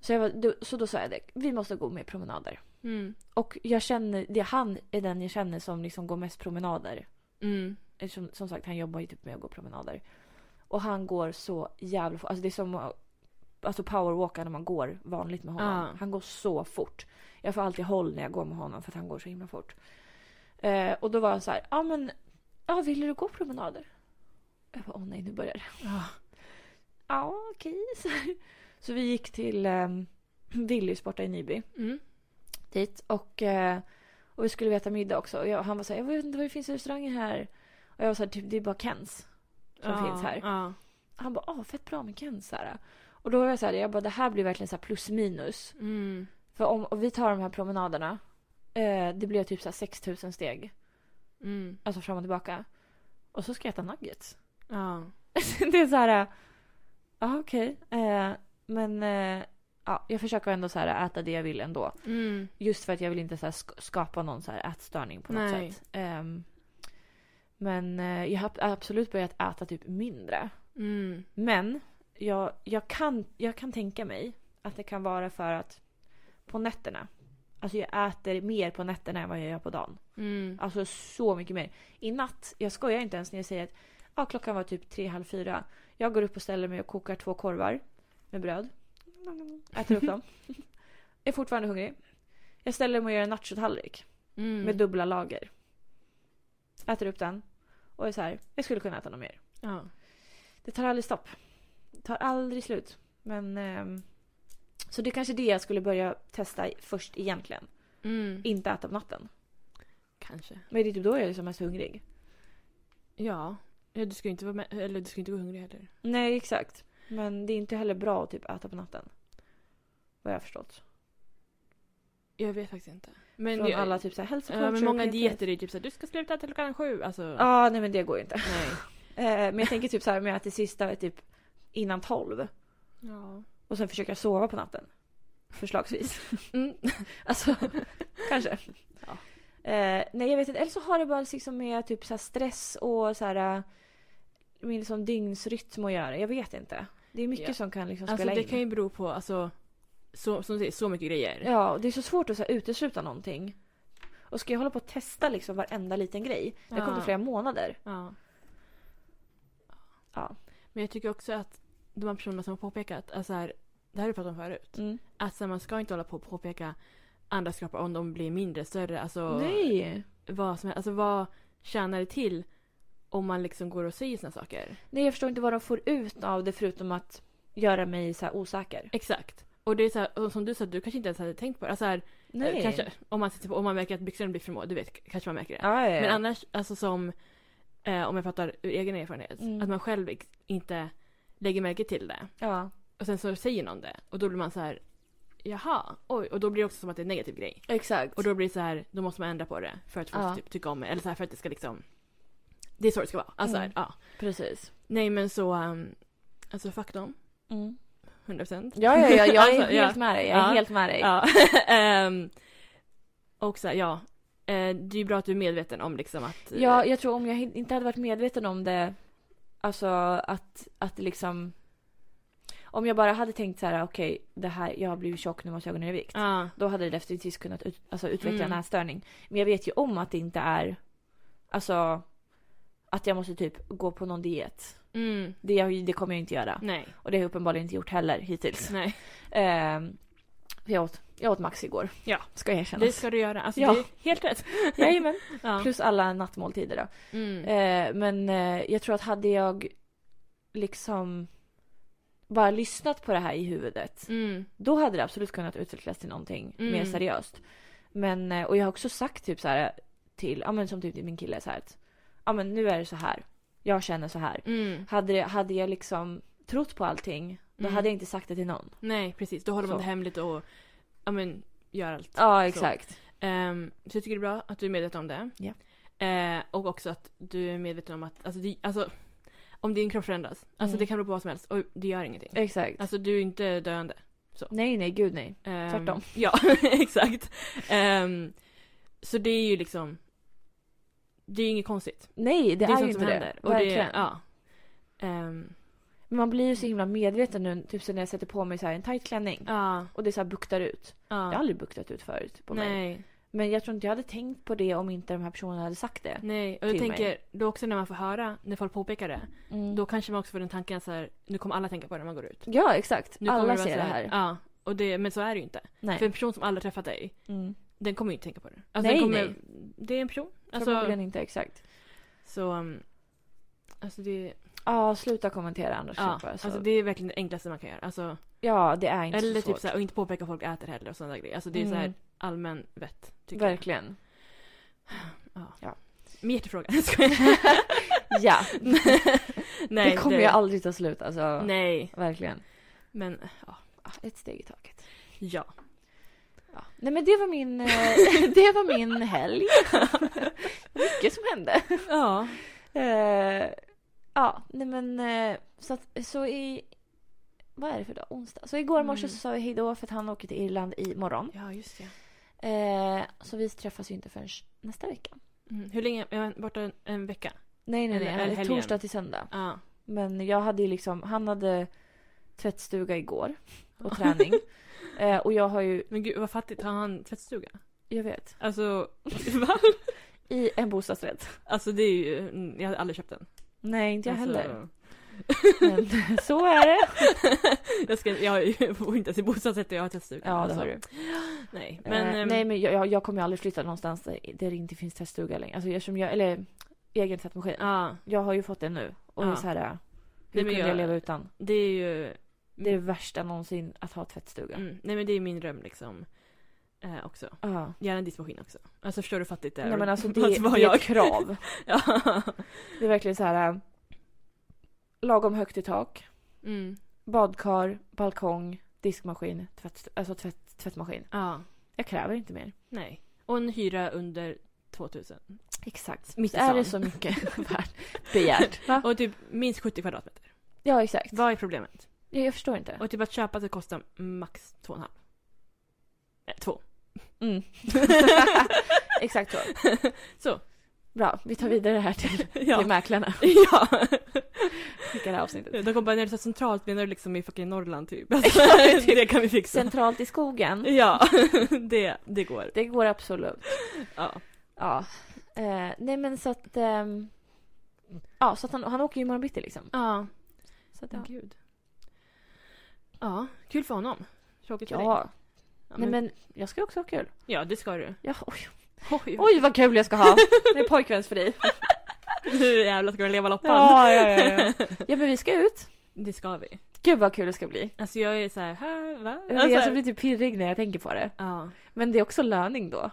Speaker 2: Så, jag var, då, så då sa jag det, vi måste gå med promenader.
Speaker 1: Mm.
Speaker 2: Och jag känner, det är han är den jag känner som liksom går mest promenader.
Speaker 1: Mm.
Speaker 2: Eftersom, som sagt, han jobbar ju typ med att gå promenader. Och han går så jävla fort. Alltså det är som att- alltså powerwalka när man går vanligt med honom.
Speaker 1: Ja.
Speaker 2: Han går så fort. Jag får alltid håll när jag går med honom för att han går så himla fort. Eh, och då var han så här, ja men, ja vill du gå promenader? Jag bara, åh nej nu börjar det.
Speaker 1: Ja.
Speaker 2: Ja okej. Så, här. så vi gick till eh, Willys borta i Nyby
Speaker 1: Mm.
Speaker 2: dit och, eh, och vi skulle äta middag också. Och jag, han var så här, jag vet inte vad det finns för restauranger här. Och jag var så här, typ, det är bara Kens. Som
Speaker 1: ja.
Speaker 2: finns här.
Speaker 1: Ja.
Speaker 2: Han bara, ah fett bra med Kens. Så här. Och då var jag så här, jag bara, det här blir verkligen så här plus minus.
Speaker 1: Mm.
Speaker 2: För om och vi tar de här promenaderna, eh, det blir typ så här 6000 steg.
Speaker 1: Mm.
Speaker 2: Alltså fram och tillbaka. Och så ska jag äta nuggets.
Speaker 1: Ja.
Speaker 2: det är så här, ja okej. Eh, men eh, ja, jag försöker ändå så här äta det jag vill ändå.
Speaker 1: Mm.
Speaker 2: Just för att jag vill inte så här sk- skapa någon så här ätstörning på något
Speaker 1: Nej.
Speaker 2: sätt. Ehm, men eh, jag har absolut börjat äta typ mindre.
Speaker 1: Mm.
Speaker 2: Men jag, jag, kan, jag kan tänka mig att det kan vara för att på nätterna. Alltså jag äter mer på nätterna än vad jag gör på dagen.
Speaker 1: Mm.
Speaker 2: Alltså så mycket mer. I natt, jag skojar inte ens när jag säger att ja, klockan var typ tre, halv fyra. Jag går upp och ställer mig och kokar två korvar med bröd. Äter upp dem. är fortfarande hungrig. Jag ställer mig och gör en nachotallrik
Speaker 1: Mm.
Speaker 2: med dubbla lager. Äter upp den. Och är så här, jag skulle kunna äta något mer.
Speaker 1: Ja.
Speaker 2: Det tar aldrig stopp. Det tar aldrig slut. Men... ehm, så det är kanske det jag skulle börja testa först egentligen.
Speaker 1: Mm.
Speaker 2: Inte äta på natten.
Speaker 1: Kanske.
Speaker 2: Men det är typ då jag är som mest hungrig.
Speaker 1: Ja. Ja, Du ska ju inte vara med, eller du ska inte gå hungrig heller.
Speaker 2: Nej, exakt. Men det är inte heller bra att typ äta på natten. Vad jag har förstått.
Speaker 1: Jag vet faktiskt inte. Men
Speaker 2: Från
Speaker 1: det-
Speaker 2: alla typ såhär hälsocoacher.
Speaker 1: Ja, men många
Speaker 2: PT.
Speaker 1: dieter är typ såhär, du ska sluta äta klockan sju. Alltså,
Speaker 2: Ja, nej men det går ju inte.
Speaker 1: nej.
Speaker 2: Eh, men jag tänker typ såhär om jag äter sista typ innan tolv.
Speaker 1: Ja.
Speaker 2: Och sen försöker jag sova på natten. Förslagsvis.
Speaker 1: Mm.
Speaker 2: alltså, kanske.
Speaker 1: Ja.
Speaker 2: Eh, nej jag vet inte. Eller så har det bara liksom med typ såhär stress och såhär eh, min liksom dygnsrytm att göra. Jag vet inte. Det är mycket
Speaker 1: Ja.
Speaker 2: som kan liksom
Speaker 1: Alltså
Speaker 2: spela
Speaker 1: det
Speaker 2: in.
Speaker 1: kan ju bero på, alltså, så, som du säger, så mycket grejer.
Speaker 2: Ja, och det är så svårt att så här, utesluta någonting. Och ska jag hålla på och testa liksom varenda liten grej? Det kommer
Speaker 1: Ja.
Speaker 2: ta flera månader.
Speaker 1: Ja.
Speaker 2: Ja.
Speaker 1: Men jag tycker också att de här personerna som har påpekat, alltså här, det här har vi pratat om förut,
Speaker 2: Mm.
Speaker 1: att så här, man ska inte hålla på och påpeka andras kroppar om de blir mindre, större, alltså
Speaker 2: Nej!
Speaker 1: vad som helst. Alltså vad tjänar det till om man liksom går och säger såna saker?
Speaker 2: Nej, jag förstår inte vad de får ut av det förutom att göra mig så här osäker.
Speaker 1: Exakt. Och det är så här, och som du sa, du kanske inte ens hade tänkt på det. Alltså här, eh, kanske, om, man, sitter på- om man märker att byxorna blir för små, du vet, kanske man märker det.
Speaker 2: Ja, ja, ja.
Speaker 1: Men annars, alltså som eh, om jag pratar ur egen erfarenhet,
Speaker 2: Mm.
Speaker 1: att man själv ex- inte lägger märke till det.
Speaker 2: ja.
Speaker 1: Och sen så säger någon det och då blir man så här, jaha, oj. Och då blir det också som att det är en negativ grej.
Speaker 2: Exakt.
Speaker 1: Och då blir det så här, då måste man ändra på det för att folk
Speaker 2: Ja.
Speaker 1: typ, tycker om det. Eller så här, för att det ska liksom, det är så det ska vara. Alltså,
Speaker 2: Mm.
Speaker 1: här, ja.
Speaker 2: Precis.
Speaker 1: um,
Speaker 2: Mm.
Speaker 1: Nej men så, ehm, alltså fuck dem. 100%.
Speaker 2: Ja, ja, ja, jag är
Speaker 1: Alltså, ja.
Speaker 2: helt med dig. Jag är
Speaker 1: Ja.
Speaker 2: helt med dig.
Speaker 1: Ja. Ehm, och så här, ja. Eh, det är ju bra att du är medveten om liksom att... eh,
Speaker 2: Ja, jag tror om jag hin- inte hade varit medveten om det, alltså att, att det liksom... Om jag bara hade tänkt så här, okej, det här, jag har blivit tjock, nu måste jag gå ner i vikt.
Speaker 1: ja.
Speaker 2: Då hade det definitivt kunnat ut, alltså, utveckla
Speaker 1: Mm.
Speaker 2: en ätstörning. Men jag vet ju om att det inte är, alltså, att jag måste typ gå på någon diet.
Speaker 1: Mm.
Speaker 2: Det, har ju- det kommer jag inte göra.
Speaker 1: Nej.
Speaker 2: Och det har jag uppenbarligen inte gjort heller hittills.
Speaker 1: Nej.
Speaker 2: Ehm, för jag, åt, jag åt Max igår.
Speaker 1: Ja.
Speaker 2: Ska jag
Speaker 1: Det
Speaker 2: erkänna.
Speaker 1: ska du göra. Alltså
Speaker 2: Ja.
Speaker 1: det är helt rätt.
Speaker 2: Jajamän.
Speaker 1: Ja.
Speaker 2: Plus alla nattmåltider då.
Speaker 1: Mm.
Speaker 2: Eh, men eh, jag tror att hade jag liksom bara lyssnat på det här i huvudet.
Speaker 1: Mm.
Speaker 2: Då hade det absolut kunnat utvecklas till någonting
Speaker 1: Mm.
Speaker 2: mer seriöst. Men, eh, och jag har också sagt typ så här till, ja men som typ till min kille så här att, ja men nu är det så här. Jag känner så här.
Speaker 1: Mm.
Speaker 2: Hade, det, hade jag liksom trott på allting, då
Speaker 1: Mm.
Speaker 2: hade jag inte sagt det till någon.
Speaker 1: Nej, precis. Då håller man
Speaker 2: Så.
Speaker 1: det hemligt och ja, men, gör allt.
Speaker 2: Ja, exakt.
Speaker 1: Ehm, så jag tycker det är bra att du är medveten om det.
Speaker 2: Ja.
Speaker 1: Eh, och också att du är medveten om att alltså, det, alltså, om din kropp förändras, alltså,
Speaker 2: Mm.
Speaker 1: det kan bero på vad som helst och det gör ingenting.
Speaker 2: Exakt.
Speaker 1: Alltså du är inte döende.
Speaker 2: nej, nej, gud nej.
Speaker 1: Ehm,
Speaker 2: Tvärtom.
Speaker 1: Ja, exakt. Ehm, så det är ju liksom, det är ju inget konstigt.
Speaker 2: Nej, det, är ju
Speaker 1: sånt
Speaker 2: inte
Speaker 1: som
Speaker 2: det.
Speaker 1: händer. Och det,
Speaker 2: Verkligen.
Speaker 1: ja. Ehm,
Speaker 2: Men man blir ju så himla medveten nu, typ så när jag sätter på mig så här en tight klänning.
Speaker 1: ja,
Speaker 2: Och det så här buktar ut. Jag har
Speaker 1: ja.
Speaker 2: aldrig buktat ut förut på mig.
Speaker 1: Nej,
Speaker 2: Men jag tror inte jag hade tänkt på det om inte de här personerna hade sagt det.
Speaker 1: nej. Och jag
Speaker 2: Till mig.
Speaker 1: tänker, då också när man får höra, när folk påpekar det,
Speaker 2: Mm.
Speaker 1: då kanske man också får den tanken att så här, nu kommer alla tänka på det när man går ut.
Speaker 2: Ja, exakt.
Speaker 1: Nu kommer
Speaker 2: Alla
Speaker 1: vara
Speaker 2: ser
Speaker 1: så
Speaker 2: det här.
Speaker 1: Ja, och det, men så är det ju inte.
Speaker 2: Nej.
Speaker 1: För en person som aldrig träffat dig,
Speaker 2: Mm.
Speaker 1: den kommer ju inte tänka på det. Alltså,
Speaker 2: Nej,
Speaker 1: den kommer,
Speaker 2: nej.
Speaker 1: Det är en person. Alltså,
Speaker 2: Förmodligen inte exakt.
Speaker 1: så, um, alltså det,
Speaker 2: Ja, sluta kommentera annars.
Speaker 1: ja,
Speaker 2: bara, så.
Speaker 1: alltså det är verkligen det enklaste man kan göra. Alltså,
Speaker 2: ja, det är inte
Speaker 1: eller
Speaker 2: så svårt. Mm,
Speaker 1: typ så här, och inte påpeka att folk äter heller och sådana där grejer. Alltså det är så här allmän vett. Tycker
Speaker 2: Verkligen.
Speaker 1: jag. Min hjärtefråga. Jag skojar.
Speaker 2: Ja,
Speaker 1: nej,
Speaker 2: det kommer ju aldrig ta slut alltså.
Speaker 1: Nej,
Speaker 2: Verkligen.
Speaker 1: men ja.
Speaker 2: Ah, Ett steg i taget.
Speaker 1: ja.
Speaker 2: Ja. Nej men det var min, eh, det var min helg. Mycket som hände.
Speaker 1: Ja.
Speaker 2: Eh, ja, nej men eh, så, att, så i... Vad är det för dag? Onsdag. Så igår morse
Speaker 1: Mm.
Speaker 2: så sa vi hejdå för att han åker till Irland imorgon.
Speaker 1: Ja, just det.
Speaker 2: Eh, så vi träffas ju inte förrän nästa vecka.
Speaker 1: Mm. Hur länge? Jag var borta en, en vecka.
Speaker 2: Nej, nej,
Speaker 1: Eller- eller
Speaker 2: nej.
Speaker 1: helgen.
Speaker 2: Torsdag till söndag.
Speaker 1: Ja.
Speaker 2: Men jag hade ju liksom... Han hade tvättstuga igår och träning. eh, och jag har ju...
Speaker 1: Men gud vad fattigt, har han tvättstuga?
Speaker 2: Jag vet.
Speaker 1: Alltså, va?
Speaker 2: I en bostadsrätt.
Speaker 1: Alltså det är ju, mm, jag hade aldrig köpt den.
Speaker 2: Nej, inte jag
Speaker 1: alltså,
Speaker 2: heller. Men så är det.
Speaker 1: jag, ska, jag bor inte ens i bostadsrätt och jag har tvättstuga.
Speaker 2: Ja, det
Speaker 1: alltså.
Speaker 2: har du.
Speaker 1: Nej, men...
Speaker 2: Men, eh,
Speaker 1: ehm,
Speaker 2: nej men jag, jag, jag kommer ju aldrig flytta någonstans där där det inte finns tvättstuga längre. Alltså eftersom jag, eller egen tvättmaskin.
Speaker 1: Ja,
Speaker 2: Jag har ju fått det nu. Och det
Speaker 1: Ja.
Speaker 2: är så här, eh, hur
Speaker 1: men
Speaker 2: kunde jag...
Speaker 1: jag-
Speaker 2: leva utan?
Speaker 1: det är ju...
Speaker 2: Det är det värsta någonsin att ha tvättstuga.
Speaker 1: Mm, nej men det är min dröm liksom. Eh, också.
Speaker 2: Ja.
Speaker 1: Gärna en diskmaskin också. Alltså förstår du hur fattigt det är?
Speaker 2: Nej men alltså det,
Speaker 1: Alltså, vad
Speaker 2: det är
Speaker 1: jag-
Speaker 2: ett krav.
Speaker 1: ja.
Speaker 2: Det är verkligen så här eh, lagom högt i tak,
Speaker 1: Mm.
Speaker 2: badkar, balkong, diskmaskin, tvätt, alltså tvätt, tvättmaskin.
Speaker 1: ja.
Speaker 2: Jag kräver inte mer.
Speaker 1: Nej. Och en hyra under 2000.
Speaker 2: Exakt.
Speaker 1: Mitt
Speaker 2: Mitt
Speaker 1: i
Speaker 2: är
Speaker 1: stan.
Speaker 2: det så mycket värt begärt? Va?
Speaker 1: Och typ minst 70 kvadratmeter.
Speaker 2: Ja exakt.
Speaker 1: Vad är problemet?
Speaker 2: Jag, jag förstår inte.
Speaker 1: Och typ att köpa så kostar max 2,5. Eh, två.
Speaker 2: Mm. Exakt så.
Speaker 1: Så.
Speaker 2: Bra, vi tar vidare det här till, till
Speaker 1: ja.
Speaker 2: mäklarna.
Speaker 1: ja.
Speaker 2: Skickar det här avsnittet.
Speaker 1: De kommer bara, när det är så centralt menar du liksom i fucking Norrland typ? Alltså,
Speaker 2: Exakt.
Speaker 1: det kan vi fixa.
Speaker 2: Centralt i skogen.
Speaker 1: Ja, det, det går.
Speaker 2: Det går absolut.
Speaker 1: Ja.
Speaker 2: Ja. Eh, nej men så att... ehm, ja, så att han, han åker ju imorgon bitti liksom.
Speaker 1: Ja,
Speaker 2: Så att,
Speaker 1: men
Speaker 2: ja.
Speaker 1: gud. Ja, kul för honom. Tråkigt för dig.
Speaker 2: ja. Nej men jag ska också ha kul.
Speaker 1: ja, det ska du.
Speaker 2: Ja, oj,
Speaker 1: Oj,
Speaker 2: oj vad kul jag ska ha! Det är pojkvänsfri.
Speaker 1: nu jävlar ska vi leva loppan.
Speaker 2: ja, ja, ja. Ja men vi ska ut.
Speaker 1: Det ska vi.
Speaker 2: Gud vad kul det ska bli.
Speaker 1: Alltså jag är så här, här va?
Speaker 2: Jag,
Speaker 1: Alltså,
Speaker 2: vet, jag blir typ pirrig när jag tänker på det.
Speaker 1: Ja,
Speaker 2: Men det är också löning då.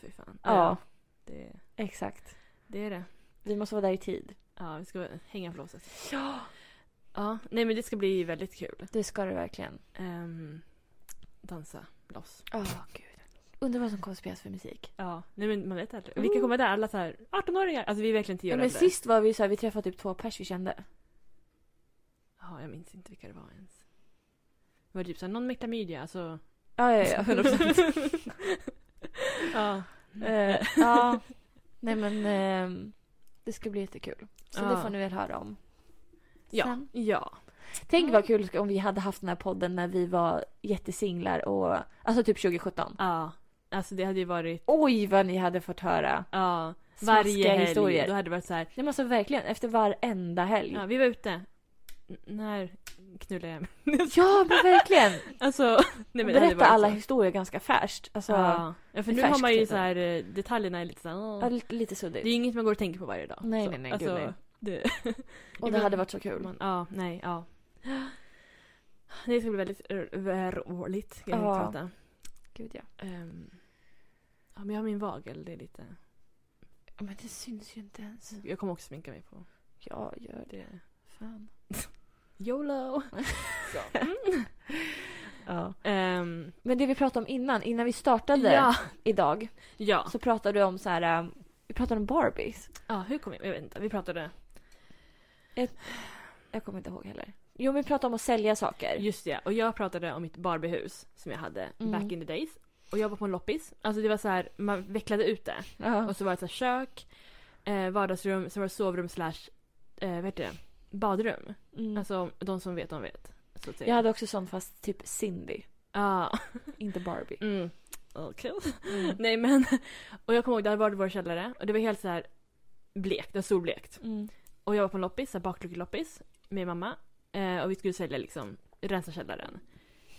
Speaker 1: fy fan.
Speaker 2: Ja,
Speaker 1: Det,
Speaker 2: exakt.
Speaker 1: det är det.
Speaker 2: Vi måste vara där i tid.
Speaker 1: Ja, vi ska hänga på låset. Ja, nej men det ska bli väldigt kul.
Speaker 2: Det ska du verkligen.
Speaker 1: Ehm, dansa loss.
Speaker 2: Åh, gud. Undrar vad som kommer spelas för musik.
Speaker 1: Ja, nej men man vet aldrig. Vilka kommer där? Alla så här 18-åringar. Alltså vi är verkligen 10 år
Speaker 2: Mm. men
Speaker 1: äldre.
Speaker 2: sist var vi så här, vi träffade typ två pers vi kände.
Speaker 1: Ja, jag minns inte vilka det var ens. var typ såhär, någon mektamidia, alltså.
Speaker 2: Ja, ja, ja. 100%.
Speaker 1: ja.
Speaker 2: Eh, ja. Nej men ehm, det ska bli jättekul. Så det
Speaker 1: Ja.
Speaker 2: får ni väl höra om.
Speaker 1: Ja.
Speaker 2: Sen.
Speaker 1: ja.
Speaker 2: Tänk vad kul om vi hade haft den här podden när vi var jättesinglar och alltså typ 2017.
Speaker 1: Ja. Alltså det hade ju varit,
Speaker 2: Oj vad ni hade fått höra.
Speaker 1: ja.
Speaker 2: Smaskiga
Speaker 1: Varje helg.
Speaker 2: historier.
Speaker 1: Då hade det varit så här.
Speaker 2: Nej men alltså verkligen efter varenda helg.
Speaker 1: ja
Speaker 2: Ja,
Speaker 1: vi var ute. N- när knullade jag mig?
Speaker 2: men verkligen.
Speaker 1: Alltså. Nej, men det hade
Speaker 2: Berätta
Speaker 1: varit
Speaker 2: alla
Speaker 1: så.
Speaker 2: historier ganska färskt. Alltså,
Speaker 1: Ja. ja, för nu
Speaker 2: Färskt,
Speaker 1: har man ju
Speaker 2: liksom.
Speaker 1: så här eh, detaljerna är lite så här,
Speaker 2: ja,
Speaker 1: åh.
Speaker 2: lite, lite
Speaker 1: Det
Speaker 2: suddigt.
Speaker 1: är ju inget man går och tänker på varje dag.
Speaker 2: Nej,
Speaker 1: så,
Speaker 2: nej, nej, gud,
Speaker 1: Alltså,
Speaker 2: nej.
Speaker 1: Det,
Speaker 2: och det hade varit så kul.
Speaker 1: man, ja, nej, ja. Det ska bli väldigt r- r- roligt. Ska jag
Speaker 2: Ja.
Speaker 1: inte prata.
Speaker 2: Gud ja.
Speaker 1: Ehm, ja, men jag har min vagel. Det är lite...
Speaker 2: Men det syns ju inte ens.
Speaker 1: Jag kommer också sminka mig på
Speaker 2: Ja, gör det.
Speaker 1: det.
Speaker 2: Fan.
Speaker 1: YOLO!
Speaker 2: Ja.
Speaker 1: Ehm,
Speaker 2: Men det vi pratade om innan, innan vi startade
Speaker 1: ja,
Speaker 2: idag
Speaker 1: ja.
Speaker 2: så pratade du om så här. ehm, vi pratade om Barbies.
Speaker 1: ja, hur kom jag? Jag vet inte. Vi pratade...
Speaker 2: Jag kommer inte ihåg heller. Jo, men vi pratade om att sälja saker.
Speaker 1: Just det, och jag pratade om mitt Barbiehus som jag hade
Speaker 2: Mm.
Speaker 1: back in the days. Och jag var på en loppis. Alltså det var så här, man vecklade ut det.
Speaker 2: Ja.
Speaker 1: Och så var det så här kök, eh, vardagsrum, så var det sovrum slash, eh, vad heter det, badrum.
Speaker 2: Mm.
Speaker 1: Alltså de som vet, de vet. Så att säga.
Speaker 2: jag hade också sånt fast typ Cindy,
Speaker 1: Ja.
Speaker 2: inte Barbie.
Speaker 1: Mm. Okej.
Speaker 2: Mm.
Speaker 1: Nej men, och jag kommer ihåg, det hade varit vår källare och det var helt så här blekt, det var solblekt.
Speaker 2: Mm.
Speaker 1: Och jag var på en loppis, så här bakluckeloppis med mamma. Eh, och vi skulle sälja liksom, rensa källaren.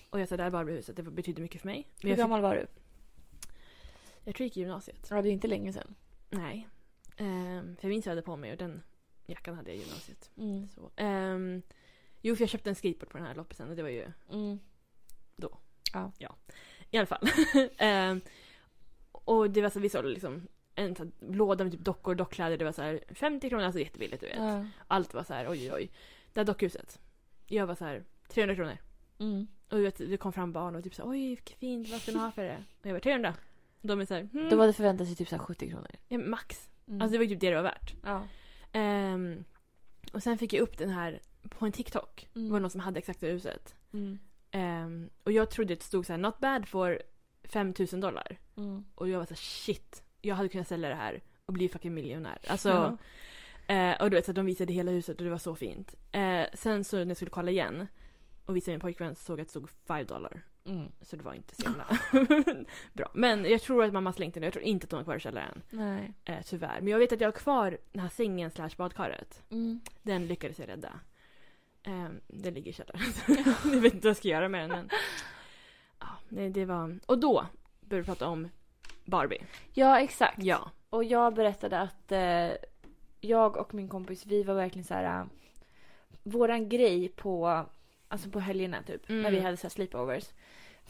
Speaker 1: Och jag sa det här Barbiehuset, det betyder mycket för mig. Men
Speaker 2: Hur
Speaker 1: jag, fick,
Speaker 2: gammal var du?
Speaker 1: jag tror jag gick i gymnasiet.
Speaker 2: Ja, det är inte länge sedan.
Speaker 1: Nej. Ehm, för jag minns vad jag hade på mig och den jackan hade jag i gymnasiet.
Speaker 2: Mm.
Speaker 1: Så, ehm, jo, för jag köpte en skateboard på den här loppisen och det var ju
Speaker 2: Mm.
Speaker 1: i alla fall. Ehm, och det var så vi sålde liksom en sån här låda med typ dockor och dockkläder. Det var så här 50 kronor, alltså jättebilligt du vet.
Speaker 2: Ja.
Speaker 1: Allt var så här oj oj oj. Det här dockhuset. Jag var så här 300 kronor.
Speaker 2: Mm.
Speaker 1: Och du vet, det kom fram barn och typ så här, oj vilket fint, vad ska ni ha för det? Och jag var 300. De är så här,
Speaker 2: Då
Speaker 1: mm,
Speaker 2: var det förväntat sig typ så här 70 kronor.
Speaker 1: ja, max.
Speaker 2: Mm.
Speaker 1: Alltså det var ju typ det det var värt.
Speaker 2: ja.
Speaker 1: Ehm, och sen fick jag upp den här på en TikTok.
Speaker 2: Mm.
Speaker 1: Det var någon som hade exakt det huset.
Speaker 2: Mm.
Speaker 1: Ehm, och jag trodde att det stod så här, not bad for 5000 dollar.
Speaker 2: Mm.
Speaker 1: Och jag var så här, shit, jag hade kunnat sälja det här och bli fucking miljonär. Alltså,
Speaker 2: Ja.
Speaker 1: eh, och du vet, så att de visade hela huset och det var så fint. Eh, sen så när jag skulle kolla igen och visade min pojkvän så såg jag att det stod 5 dollar.
Speaker 2: Mm.
Speaker 1: Så det var inte så jävla bra. Men jag tror att mamma har slängt den jag tror inte att de har kvar i källaren.
Speaker 2: Nej.
Speaker 1: Eh, tyvärr. Men jag vet att jag har kvar den här sängen slash badkaret.
Speaker 2: Mm.
Speaker 1: Den lyckades jag rädda. Ehm, den ligger i källaren. jag vet inte vad jag ska göra med den. Men... Ja, nej, det var... Och då började vi prata om Barbie.
Speaker 2: Ja, exakt.
Speaker 1: Ja.
Speaker 2: Och jag berättade att eh, jag och min kompis, vi var verkligen så här. eh, våran grej på, alltså på helgerna typ,
Speaker 1: Mm.
Speaker 2: när vi hade så här sleepovers.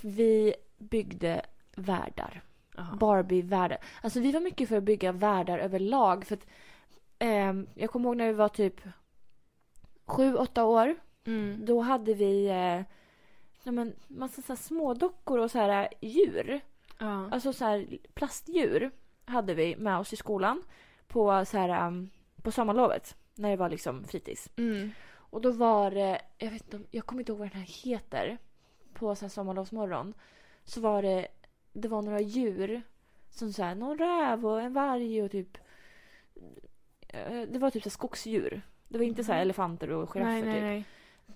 Speaker 2: Vi byggde världar.
Speaker 1: Aha.
Speaker 2: Barbie-världar. Alltså vi var mycket för att bygga världar överlag. För att, ehm, jag kommer ihåg när vi var typ sju, åtta år.
Speaker 1: Mm.
Speaker 2: Då hade vi eh, ja, men, massa så här smådockor och så här eh, djur.
Speaker 1: Ja.
Speaker 2: Alltså så här, plastdjur hade vi med oss i skolan på, så här, um, på sommarlovet när det var liksom fritids.
Speaker 1: Mm.
Speaker 2: Och då var det, jag, vet inte, om- jag kommer inte ihåg vad den här heter, på så här sommarlovsmorgon så var det, det var några djur som så här, någon räv och en varg och typ eh, det var typ så här skogsdjur. Det var inte så här
Speaker 1: Mhm.
Speaker 2: elefanter och giraffer
Speaker 1: Nej,
Speaker 2: typ.
Speaker 1: nej, nej.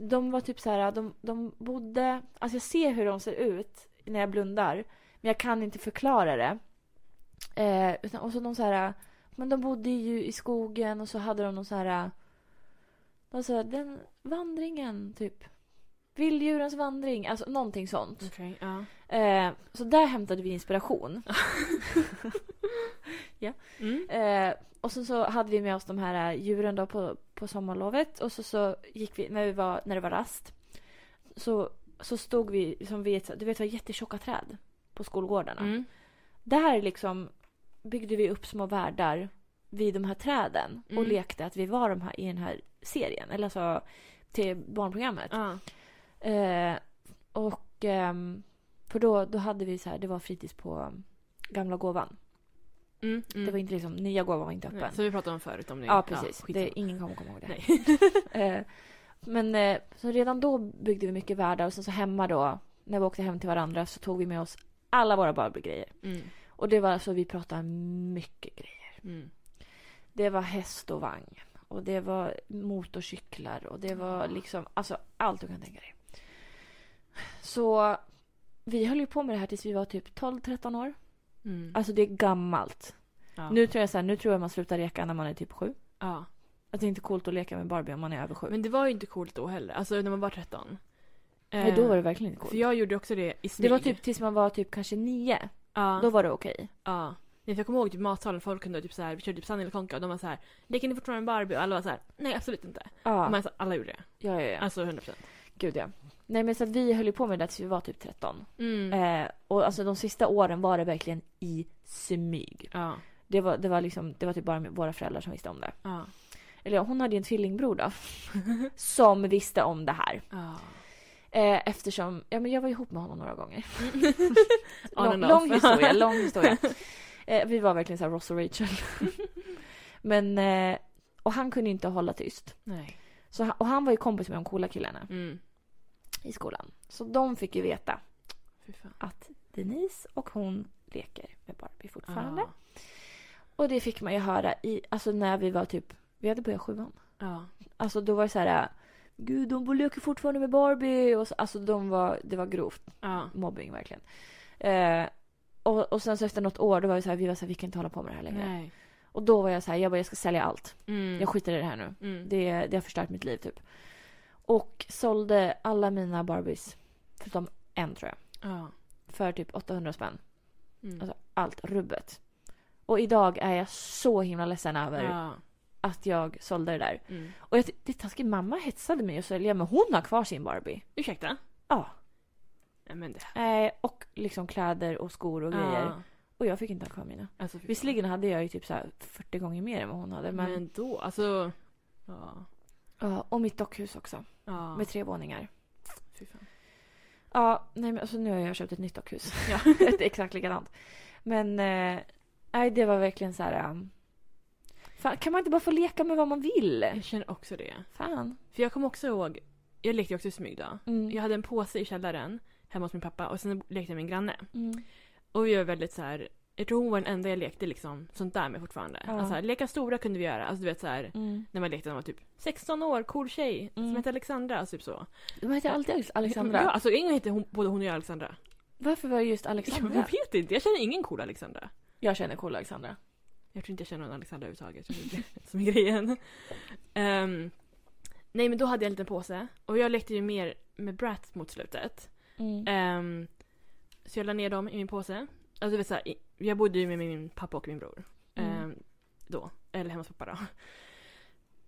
Speaker 2: De var typ så här, de, de bodde... Alltså jag ser hur de ser ut när jag blundar. Men jag kan inte förklara det. Eh, utan, och så de så här... Men de bodde ju i skogen och så hade de någon så här... De sa den vandringen typ. Vilddjurens vandring, alltså någonting sånt.
Speaker 1: Okej, ja.
Speaker 2: Eh, så där hämtade vi inspiration.
Speaker 1: Mm.
Speaker 2: Eh, och sen så hade vi med oss de här eh, djuren då på, på sommarlovet. Och så, så gick vi, när, vi var, när det var rast, så, så stod vi liksom vid ett, du vet, det var jättetjocka träd på skolgårdarna.
Speaker 1: Mm.
Speaker 2: Där liksom byggde vi upp små världar vid de här träden och
Speaker 1: Mm.
Speaker 2: lekte att vi var de här, i den här serien, eller alltså till barnprogrammet.
Speaker 1: Ja. Mm,
Speaker 2: Eh, och ehm, för då, då hade vi så här, det var fritids på ehm, gamla gåvan.
Speaker 1: Mm. Mm.
Speaker 2: Det var inte liksom, nya gåvan var inte öppen.
Speaker 1: Nej, Så vi pratade om förut om det.
Speaker 2: Ja, precis.
Speaker 1: skitsamma.
Speaker 2: det, ingen kommer komma ihåg det.
Speaker 1: Nej.
Speaker 2: Eh, Men eh, så redan då byggde vi mycket världar och sen så hemma då, när vi åkte hem till varandra så tog vi med oss alla våra Barbie-grejer.
Speaker 1: Mm.
Speaker 2: Och det var så vi pratade mycket grejer.
Speaker 1: Mm.
Speaker 2: Det var häst och vagn. Och det var motorcyklar och det var liksom alltså, allt du kan tänka dig. Så vi höll ju på med det här tills vi var typ 12-13 år.
Speaker 1: Mm.
Speaker 2: Alltså det är gammalt.
Speaker 1: ja.
Speaker 2: Nu tror jag så här, nu tror jag man slutar leka när man är typ 7.
Speaker 1: Ja.
Speaker 2: Att det är inte coolt att leka med Barbie om man är över 7.
Speaker 1: Men det var ju inte coolt då heller. Alltså när man var 13.
Speaker 2: Nej, då var det verkligen inte
Speaker 1: För
Speaker 2: coolt.
Speaker 1: jag gjorde också det i smyg.
Speaker 2: Det Ehm, var typ tills man var typ kanske 9.
Speaker 1: Ja.
Speaker 2: Då var det okej.
Speaker 1: ja. Nej, för jag kommer ihåg typ matsalen, folk kunde typ såhär, vi körde typ Sanna eller Konka och de var såhär, leker ni fortfarande med Barbie? Och alla var såhär, nej absolut inte.
Speaker 2: Ja.
Speaker 1: Men alltså, alla gjorde det.
Speaker 2: ja, ja, ja.
Speaker 1: Alltså 100%.
Speaker 2: Gud ja. Nej men så att vi höll ju på med det där tills vi var typ 13.
Speaker 1: Mm.
Speaker 2: Eh, och alltså de sista åren var det verkligen i smyg.
Speaker 1: Ja.
Speaker 2: Det var, det var, liksom, det var typ bara våra föräldrar som visste om det.
Speaker 1: Ja.
Speaker 2: Eller ja, hon hade ju en tvillingbror då. som visste om det här.
Speaker 1: Ja.
Speaker 2: Eh, eftersom, ja men jag var ihop med honom några gånger.
Speaker 1: On
Speaker 2: lång,
Speaker 1: and off.
Speaker 2: lång historia, lång historia. Eh, vi var verkligen såhär Ross och Rachel. men, eh, och han kunde ju inte hålla tyst.
Speaker 1: Nej.
Speaker 2: Så, han- och han var ju kompis med de coola killarna
Speaker 1: Mm.
Speaker 2: i skolan. Så de fick ju veta
Speaker 1: Fy fan.
Speaker 2: att Denise och hon leker med Barbie fortfarande.
Speaker 1: Ja.
Speaker 2: Och det fick man ju höra i, alltså när vi var typ, vi hade börjat sjuan.
Speaker 1: Ja.
Speaker 2: Alltså då var det så här, gud de leker fortfarande med Barbie. Och så, alltså de var, det var grovt
Speaker 1: Ja.
Speaker 2: mobbing verkligen. Eh, och, och sen så efter något år då var vi så här, vi var så här, vi kan inte hålla på med det här längre.
Speaker 1: Nej.
Speaker 2: Och då var jag så här, jag bara jag ska sälja allt.
Speaker 1: Mm.
Speaker 2: Jag skiter i det här nu.
Speaker 1: mm.
Speaker 2: Det, det har förstört mitt liv typ. Och sålde alla mina Barbies, förutom en tror jag,
Speaker 1: Ja.
Speaker 2: för typ 800 spänn.
Speaker 1: Mm.
Speaker 2: Alltså allt rubbet. Och idag är jag så himla ledsen över
Speaker 1: ja.
Speaker 2: att jag sålde det där.
Speaker 1: Mm.
Speaker 2: Och jag, ty- det är taskigt, mamma hetsade mig och sälja men hon har kvar sin Barbie.
Speaker 1: Ursäkta?
Speaker 2: Ja.
Speaker 1: Nej men det.
Speaker 2: Eh, och liksom kläder och skor och grejer.
Speaker 1: Ja.
Speaker 2: Och jag fick inte ha kvar mina.
Speaker 1: Alltså, fy fan.
Speaker 2: Visserligen hade jag ju typ så här 40 gånger mer än vad hon hade. Men,
Speaker 1: Men då, alltså. Ja.
Speaker 2: Ja, och mitt dockhus också.
Speaker 1: Ja.
Speaker 2: Med tre våningar.
Speaker 1: Fy fan.
Speaker 2: Ja, nej men alltså nu har jag köpt ett nytt dockhus.
Speaker 1: Ja.
Speaker 2: ett exakt likadant. Men eh, nej, det var verkligen så här. um, Fan, kan man inte bara få leka med vad man vill?
Speaker 1: Jag känner också det.
Speaker 2: Fan.
Speaker 1: För jag kommer också ihåg, jag lekte ju också i smyg då.
Speaker 2: Mm.
Speaker 1: Jag hade en påse i källaren hemma hos min pappa och sen lekte jag med min granne.
Speaker 2: Mm.
Speaker 1: Och vi var väldigt så här. jag tror hon var den enda jag lekte liksom sånt där med fortfarande.
Speaker 2: Ja.
Speaker 1: Alltså, så här, leka stora kunde vi göra, alltså du vet så här.
Speaker 2: Mm.
Speaker 1: När man lekte när man var typ 16 år, cool tjej
Speaker 2: Mm.
Speaker 1: som hette Alexandra. Alltså, typ så.
Speaker 2: De heter alltid Alexandra.
Speaker 1: Ja, alltså ingen hette hon, både hon och jag Alexandra.
Speaker 2: Varför var det just Alexandra?
Speaker 1: Jag vet inte, jag känner ingen cool Alexandra.
Speaker 2: Jag känner cool Alexandra.
Speaker 1: Jag tror inte jag känner någon Alexandra överhuvudtaget. Jag tror inte det är som är grejen. Ehm, nej men då hade jag en liten påse. Och jag lekte ju mer med Bratz mot slutet.
Speaker 2: Mm.
Speaker 1: Ehm, så jag la ner dem i min påse. Alltså du vet såhär, i- jag bodde ju med min pappa och min bror.
Speaker 2: Mm.
Speaker 1: Ehm, då. Eller hemma hos pappa då.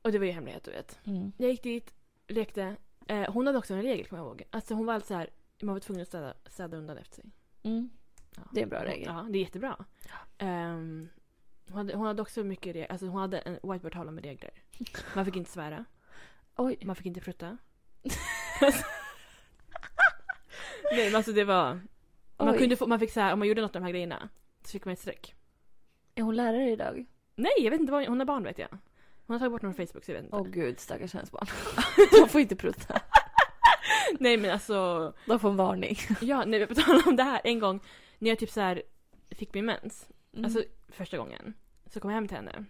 Speaker 1: Och det var ju hemlighet du vet.
Speaker 2: Mm.
Speaker 1: Jag gick dit, lekte. Eh, hon hade också en regel kommer jag ihåg. Alltså hon var alltid såhär, man var tvungen att städa, städa undan efter sig.
Speaker 2: Mm.
Speaker 1: Ja.
Speaker 2: Det är en bra regel.
Speaker 1: Ja, det är jättebra. Ehm, hon, hade, hon hade också mycket regler. Alltså hon hade en whiteboardtavla med regler. Man fick inte svära.
Speaker 2: Oj.
Speaker 1: Man fick inte prutta. Nej men alltså det var... Man,
Speaker 2: Oj.
Speaker 1: kunde få, man fick så här, om man gjorde något av de här grejerna så fick man ett streck.
Speaker 2: Är hon lärare idag?
Speaker 1: Nej jag vet inte, vad- hon har barn vet jag. Hon har tagit bort någon från Facebook så jag vet inte.
Speaker 2: Åh gud, stackars hennes barn. De får inte prutta.
Speaker 1: Nej men alltså...
Speaker 2: De får en varning.
Speaker 1: Ja, nej, på tal om det här. En gång när jag typ så här fick min mens.
Speaker 2: Mm.
Speaker 1: Alltså första gången. Så kom jag hem till henne.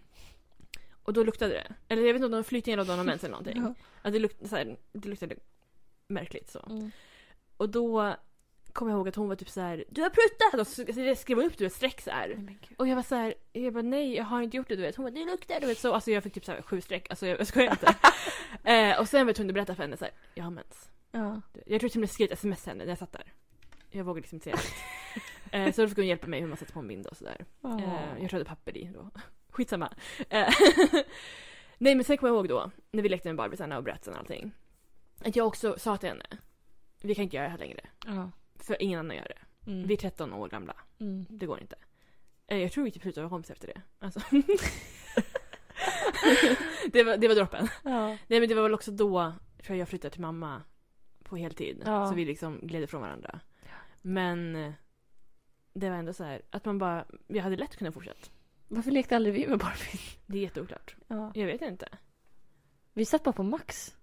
Speaker 1: Och då luktade det. Eller jag vet inte om det var flytning eller om det var någon mens eller någonting.
Speaker 2: Ja.
Speaker 1: Alltså, det, luk- så här, det luktade märkligt så.
Speaker 2: Mm.
Speaker 1: Och då kom jag ihåg att hon var typ så här: Du har pruttat! Och så skrev hon upp du vet streck så här.
Speaker 2: Nej, men gud.
Speaker 1: Och jag var så här, jag bara nej jag har inte gjort det du vet. Hon bara det luktar du vet så. Alltså jag fick typ så här, sju streck. Alltså jag, jag skojar inte. eh, och sen var jag tvungen att berätta för henne så här, jag har mens.
Speaker 2: Ja.
Speaker 1: Jag tror till och med jag skrev ett sms till henne när jag satt där. Jag vågade liksom inte säga allt. eh, så då fick hon hjälpa mig hur man sätter på en bind och sådär.
Speaker 2: Åh.
Speaker 1: Eh, jag tror jag hade papper i då. Skitsamma. Eh, Nej men sen kommer jag ihåg då, när vi lekte med Barbisarna och Bratzen och allting. Att jag också sa till henne, vi kan inte göra det här längre.
Speaker 2: Ja.
Speaker 1: För ingen annan gör det.
Speaker 2: Mm.
Speaker 1: Vi är 13 år gamla,
Speaker 2: Mm.
Speaker 1: det går inte. Eh, jag tror vi typ slutade vara kompisar efter det. Alltså. det, var, det var droppen.
Speaker 2: Ja.
Speaker 1: Nej men det var väl också då tror jag jag flyttade till mamma på heltid.
Speaker 2: Ja.
Speaker 1: Så vi liksom gled ifrån varandra. Men eh, det var ändå så här att man bara, jag hade lätt kunnat fortsätta.
Speaker 2: Varför lekte aldrig vi med Barbie?
Speaker 1: Det är jätteoklart.
Speaker 2: Ja.
Speaker 1: Jag vet inte.
Speaker 2: Vi satt bara på Max.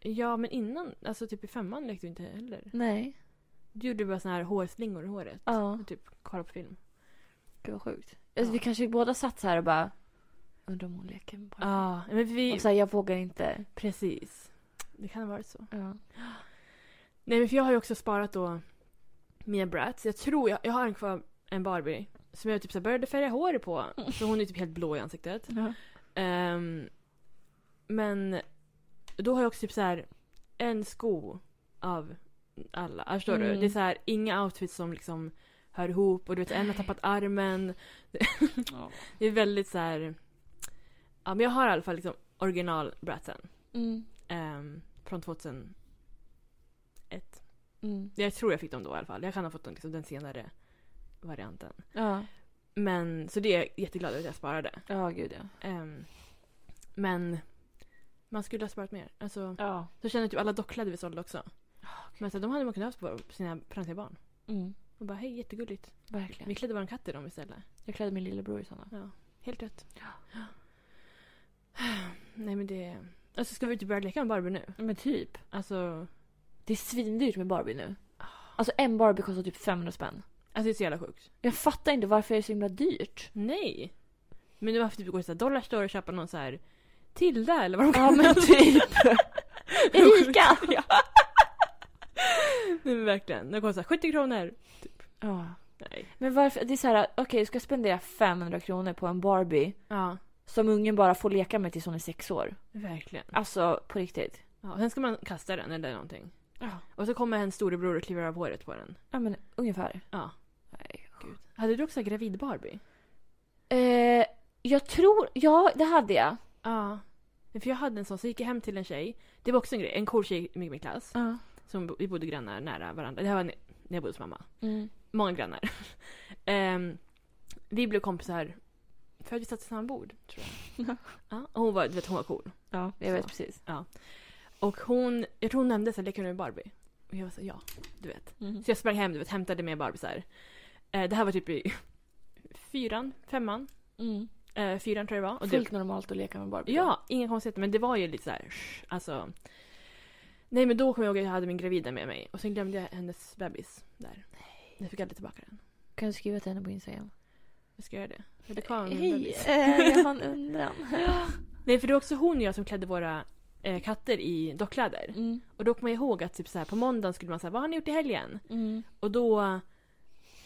Speaker 1: Ja, men innan, alltså typ i femman lekte vi inte heller.
Speaker 2: Nej.
Speaker 1: Du gjorde bara såna här hårflingor i håret.
Speaker 2: Ja.
Speaker 1: Och typ kolla på film.
Speaker 2: Gud vad sjukt.
Speaker 1: Ja.
Speaker 2: Alltså, vi kanske båda satt så här och bara... Undrar om hon leker med barn.
Speaker 1: Ja, men vi...
Speaker 2: Och så här, jag vågar inte.
Speaker 1: Precis. Det kan ha varit så.
Speaker 2: Ja.
Speaker 1: Nej, men för jag har ju också sparat då mina brats. Jag tror jag, jag har en kvar, en Barbie. Som jag typ så här började färga håret på. Så hon är typ helt blå i ansiktet. Ehm, men då har jag också typ så här en sko av alla. Ah, Förstår du?
Speaker 2: Mm.
Speaker 1: Det är så här inga outfits som liksom hör ihop och du vet en har tappat armen. Det är väldigt så här. Ja men jag har i alla fall liksom original Bratsen.
Speaker 2: Mm.
Speaker 1: ehm, från 2001.
Speaker 2: Mm.
Speaker 1: Jag tror jag fick dem då i alla fall. Jag kan ha fått dem, liksom, den senare varianten.
Speaker 2: Ja.
Speaker 1: Men så det är jag jätteglad över att jag sparade.
Speaker 2: Ja, gud ja.
Speaker 1: Ehm, men man skulle ha sparat mer. Alltså,
Speaker 2: Ja.
Speaker 1: Så känner jag typ alla dockkläder vi sålde också. Men så här, de hade man kunnat ha på sina framtida barn.
Speaker 2: Mm.
Speaker 1: Och bara hej, jättegulligt. Vi
Speaker 2: Verkligen.
Speaker 1: klädde vår katt i dem istället.
Speaker 2: Jag klädde min lillebror i sådana.
Speaker 1: Ja, helt rätt. Nej men det... Alltså ska vi inte börja leka med Barbie nu?
Speaker 2: Men typ.
Speaker 1: Alltså,
Speaker 2: Det är svindyrt med Barbie nu. Alltså en Barbie kostar typ 500 spänn.
Speaker 1: alltså det är så jävla sjukt.
Speaker 2: Jag fattar inte varför det är så himla dyrt.
Speaker 1: Nej! Men du varför typ gå till så här Dollarstore och köpa någon så här Tilda eller vad de
Speaker 2: Ja men typ. Erika!
Speaker 1: Nej men verkligen. Det kostar 70 kronor.
Speaker 2: Ja.
Speaker 1: Nej.
Speaker 2: Men varför, det är så här, okej du ska spendera 500 kronor på en Barbie
Speaker 1: Ja,
Speaker 2: som ungen bara får leka med tills hon är sex år.
Speaker 1: verkligen.
Speaker 2: Alltså på riktigt.
Speaker 1: Ja, och sen ska man kasta den eller någonting.
Speaker 2: Ja.
Speaker 1: Och så kommer en storebror och kliver av håret på den.
Speaker 2: Ja men ungefär.
Speaker 1: Ja.
Speaker 2: Nej, gud.
Speaker 1: Hade du också gravid Barbie?
Speaker 2: Eh, jag tror, ja det hade jag.
Speaker 1: Ja. För jag hade en sån, så gick jag hem till en tjej. Det var också en grej. En cool tjej i min klass.
Speaker 2: Ja.
Speaker 1: Som bo- vi bodde grannar nära varandra. Det här var när när jag bodde hos mamma.
Speaker 2: Mm.
Speaker 1: Många grannar. Ehm, vi blev kompisar för att vi satt i samma bord. Tror jag. ja, och hon var, du vet, hon var cool.
Speaker 2: Ja, jag vet
Speaker 1: Så.
Speaker 2: precis.
Speaker 1: Och hon, jag tror hon nämnde så här, leker du med Barbie? Och jag var så här, ja, du vet.
Speaker 2: Mm.
Speaker 1: Så jag sprang hem, du vet, hämtade med Barbisar. Eh, det här var typ i fyran, femman.
Speaker 2: Mm.
Speaker 1: Eh, fyran tror jag det var. Och det,
Speaker 2: Fullt normalt att leka med Barbie.
Speaker 1: Ja, inga konstigheter. Men det var ju lite så här, sh, alltså. Nej men då kom jag ihåg att jag hade min gravida med mig och sen glömde jag hennes bebis där. Nej. Jag fick aldrig tillbaka den.
Speaker 2: Kan du skriva till henne på Instagram?
Speaker 1: Jag ska göra det. För det kom min
Speaker 2: Hej,
Speaker 1: bebis.
Speaker 2: eh, jag har en undran.
Speaker 1: Nej för det var också hon och jag som klädde våra eh, katter i dockkläder.
Speaker 2: Mm.
Speaker 1: Och då kommer jag ihåg att typ så här, på måndagen skulle man säga vad har ni gjort i helgen?
Speaker 2: Mm.
Speaker 1: Och då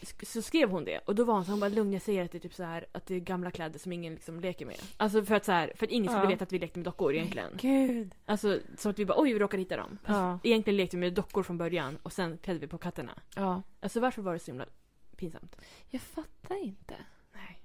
Speaker 1: sk- så skrev hon det och då var hon så hon bara lugn jag säger att det är typ så här att det är gamla kläder som ingen liksom leker med. Alltså för att så här, för att ingen skulle
Speaker 2: Ja.
Speaker 1: veta att vi lekte med dockor egentligen.
Speaker 2: Gud.
Speaker 1: Alltså så att vi bara oj vi råkade hitta dem. Alltså,
Speaker 2: Ja.
Speaker 1: Egentligen lekte vi med dockor från början och sen klädde vi på katterna.
Speaker 2: ja.
Speaker 1: Alltså varför var det så himla pinsamt?
Speaker 2: Jag fattar inte.
Speaker 1: Nej.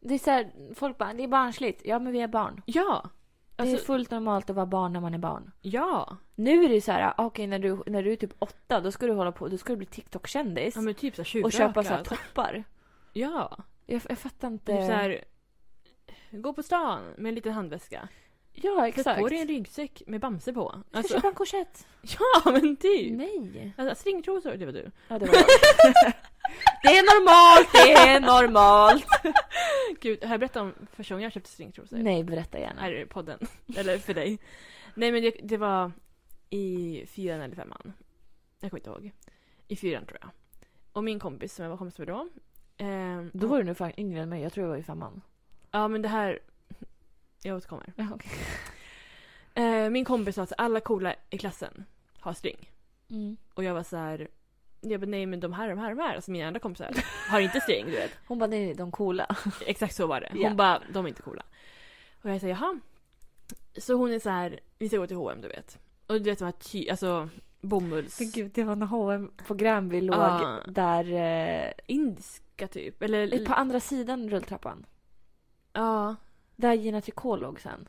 Speaker 2: Det är så här, folk bara, det är barnsligt. Ja, men vi är barn.
Speaker 1: Ja! Alltså,
Speaker 2: det är fullt normalt att vara barn när man är barn.
Speaker 1: ja!
Speaker 2: Nu är det ju så här, "Ah, okej när, du, när du är typ åtta då ska du hålla på, då ska du bli TikTok-kändis.
Speaker 1: Ja men typ såhär tjuvröka.
Speaker 2: och köpa så här toppar.
Speaker 1: Ja!
Speaker 2: Jag, jag fattar inte.
Speaker 1: Typ såhär... Gå på stan med en liten handväska.
Speaker 2: ja,
Speaker 1: Sätt
Speaker 2: exakt.
Speaker 1: på dig en ryggsäck med Bamse på.
Speaker 2: Jag ska
Speaker 1: Alltså,
Speaker 2: köpa en korsett.
Speaker 1: ja men typ!
Speaker 2: Nej.
Speaker 1: Alltså, stringtrosor, det var du.
Speaker 2: Ja, det var bra. Det är normalt, det är normalt.
Speaker 1: Gud, har jag berättat om första gången jag köpte stringtrosor?
Speaker 2: Nej, berätta
Speaker 1: Här
Speaker 2: gärna.
Speaker 1: i podden. Eller för dig. Nej men det, det var i fyran eller femman. Jag kommer inte ihåg. I fyran tror jag. Och min kompis som jag var kompis med då. Eh,
Speaker 2: Då var du nog fan yngre än mig. Jag tror jag var i femman.
Speaker 1: Ja men det här. Jag återkommer. Eh, min kompis sa att alla coola i klassen har string.
Speaker 2: Mm.
Speaker 1: Och jag var så här. Jag bara, nej men de här, de här, de här, alltså mina andra kompisar har inte string du vet.
Speaker 2: Hon bara, nej, nej, de coola.
Speaker 1: Exakt så var det. Hon
Speaker 2: Ja.
Speaker 1: bara, de är inte coola. Och jag säger jaha. Så hon är så här, vi ska gå till H&M du vet. Och du vet de här ty, alltså bomulls...
Speaker 2: Men gud, det var när H&M på Gränby låg
Speaker 1: Ah.
Speaker 2: där... Eh,
Speaker 1: Indiska typ. Eller...
Speaker 2: på andra sidan rulltrappan.
Speaker 1: Ja.
Speaker 2: Där Gina Tricot låg sen.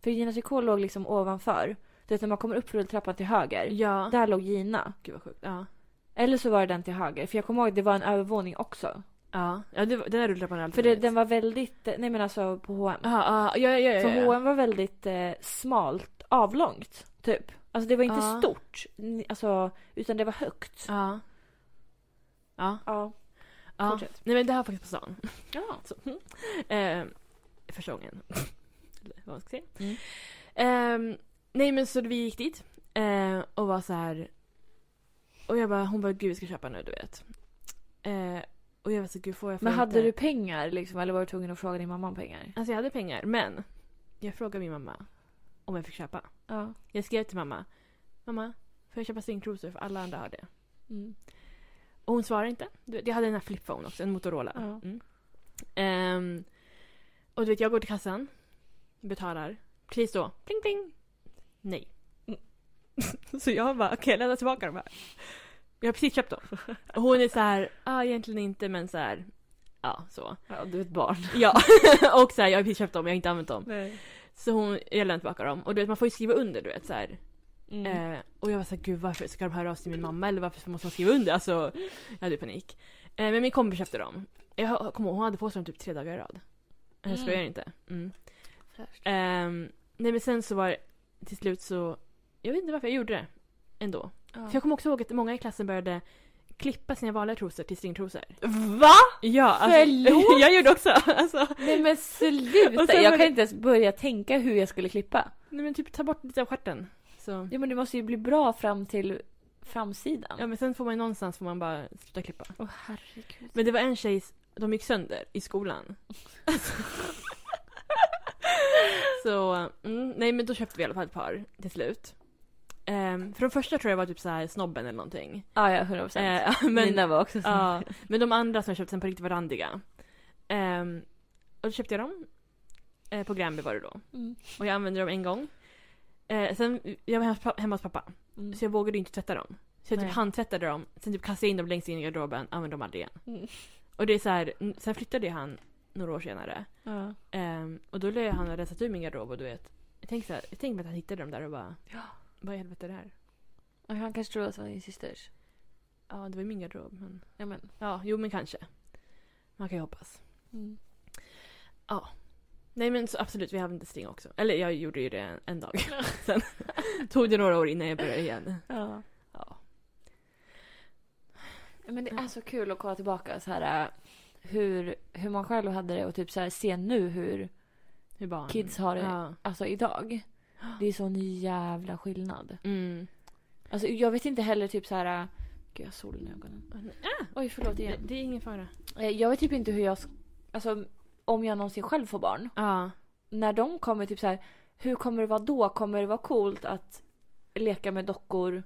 Speaker 2: För Gina Tricot låg liksom ovanför. Du vet när man kommer upp för rulltrappan till höger.
Speaker 1: Ja.
Speaker 2: Där låg Gina.
Speaker 1: Gud vad sjukt. Ja.
Speaker 2: Eller så var det den till höger. För jag kommer ihåg det var en övervåning också.
Speaker 1: Ja. ja det var, den där rulltrappan är alltid
Speaker 2: För det,
Speaker 1: roligt.
Speaker 2: den var väldigt... eh, Nej men alltså på H&M.
Speaker 1: Ja, ja, ja, ja, ja,
Speaker 2: För
Speaker 1: ja.
Speaker 2: H&M var väldigt eh, smalt, avlångt typ. Alltså det var inte
Speaker 1: Ja.
Speaker 2: stort. ni- Alltså, utan det var högt.
Speaker 1: Ja. Ja.
Speaker 2: Ja.
Speaker 1: ja.
Speaker 2: Fortsätt.
Speaker 1: Nej men det här var faktiskt på stan.
Speaker 2: Ja.
Speaker 1: Så, mm. eh, första gången. Eller vad man ska säga.
Speaker 2: Mm.
Speaker 1: Ehm, Nej men så vi gick dit eh, och var så här. Och jag bara, hon bara gud vi ska köpa nu du vet. Eh, och jag var så gud får jag får
Speaker 2: Men
Speaker 1: jag
Speaker 2: hade
Speaker 1: inte...
Speaker 2: du pengar liksom eller var du tvungen att fråga din mamma om pengar?
Speaker 1: Alltså jag hade pengar men jag frågade min mamma om jag fick köpa.
Speaker 2: Ja.
Speaker 1: Jag skrev till mamma. Mamma, får jag köpa stringtrosor för alla andra har det?
Speaker 2: Mm.
Speaker 1: Och hon svarade inte. Du vet, Jag hade den här flipphone också, en Motorola.
Speaker 2: Ja.
Speaker 1: Mm. Ehm, och du vet, jag går till kassan, betalar. Precis då, pling pling. Nej. Mm. så jag bara, okej lämna tillbaka de här. Jag har precis köpt dem. Och hon är så här, ah, egentligen inte men så här, ja så.
Speaker 2: ja, du är ett barn.
Speaker 1: Ja, och så här, jag har precis köpt dem, jag har inte använt dem.
Speaker 2: Nej.
Speaker 1: Så hon, jag lämnar tillbaka dem. Och du vet, man får ju skriva under du vet så här.
Speaker 2: Mm.
Speaker 1: Eh, och jag var såhär, gud varför ska de höra av sig till min mamma eller varför måste de skriva under? Alltså, jag hade panik. Eh, men min kompis köpte dem. Jag kommer ihåg, hon hade på sig dem typ tre dagar i rad. Eh, Jag skojar
Speaker 2: Mm.
Speaker 1: inte. Mm. Ehm, nej men sen så var det till slut så, jag vet inte varför jag gjorde det ändå.
Speaker 2: Ja.
Speaker 1: Eh, För jag kommer också ihåg att många i klassen började klippa sina vanliga trosor till stringtrosor.
Speaker 2: Va?
Speaker 1: Ja, alltså-
Speaker 2: Förlåt?
Speaker 1: jag gjorde också. Alltså,
Speaker 2: Nej men sluta!
Speaker 1: Och sen var
Speaker 2: Jag
Speaker 1: det-
Speaker 2: kan inte ens börja tänka hur jag skulle klippa.
Speaker 1: nej men typ ta bort lite av stjärten. Så.
Speaker 2: Ja men det måste ju bli bra fram till framsidan.
Speaker 1: Ja men sen får man ju någonstans får man bara sluta klippa.
Speaker 2: Åh herregud.
Speaker 1: Men det var en tjej, de gick sönder i skolan. så, mm, nej men då köpte vi i alla fall ett par till slut. Ehm, för de första tror jag var typ så här snobben eller någonting.
Speaker 2: Ja ja, 100%. procent.
Speaker 1: Eh, men,
Speaker 2: Mina var också så.
Speaker 1: ja, men de andra som jag köpte sen på riktigt var randiga. Ehm, och då köpte jag dem. Eh, på Grammy var det då.
Speaker 2: Mm.
Speaker 1: Och jag använde dem en gång. Eh, sen, jag var hemma hos pa- hemma hos pappa.
Speaker 2: Mm.
Speaker 1: Så jag vågade inte tvätta dem. Så jag
Speaker 2: Nej.
Speaker 1: typ handtvättade dem, sen typ kastade jag in dem längst in i garderoben, använde dem aldrig igen.
Speaker 2: Mm.
Speaker 1: Och det är så här, n- sen flyttade ju han några år senare.
Speaker 2: Ja.
Speaker 1: Ehm, och då lade han och rensat ur min garderob och du vet. Jag tänkte, så här, jag tänkte mig att han hittade dem där och bara,
Speaker 2: Ja.
Speaker 1: vad i helvete är det här?
Speaker 2: Och han kanske trodde att det var din systers.
Speaker 1: Ja, det var ju min garderob. Men...
Speaker 2: Ja men.
Speaker 1: Ja, jo men kanske. Man kan ju hoppas.
Speaker 2: Mm.
Speaker 1: Nej men så absolut, vi använde string också. Eller jag gjorde ju det en, en dag. sen tog det några år innan jag började igen.
Speaker 2: Ja.
Speaker 1: Ja.
Speaker 2: Men det är så kul att kolla tillbaka så här äh, hur, hur man själv hade det och typ så här se nu hur,
Speaker 1: Hur barn...
Speaker 2: Kids har det.
Speaker 1: Ja.
Speaker 2: alltså idag. Det är sån jävla skillnad.
Speaker 1: Mm.
Speaker 2: Alltså jag vet inte heller typ så här. äh, Gud jag har solen i ögonen. Oj förlåt
Speaker 1: Det,
Speaker 2: igen.
Speaker 1: det är ingen fara.
Speaker 2: Eh, Jag vet typ inte hur jag, sk- alltså om jag någonsin själv får barn.
Speaker 1: Ja.
Speaker 2: när de kommer, typ så här, hur kommer det vara då? Kommer det vara coolt att leka med dockor?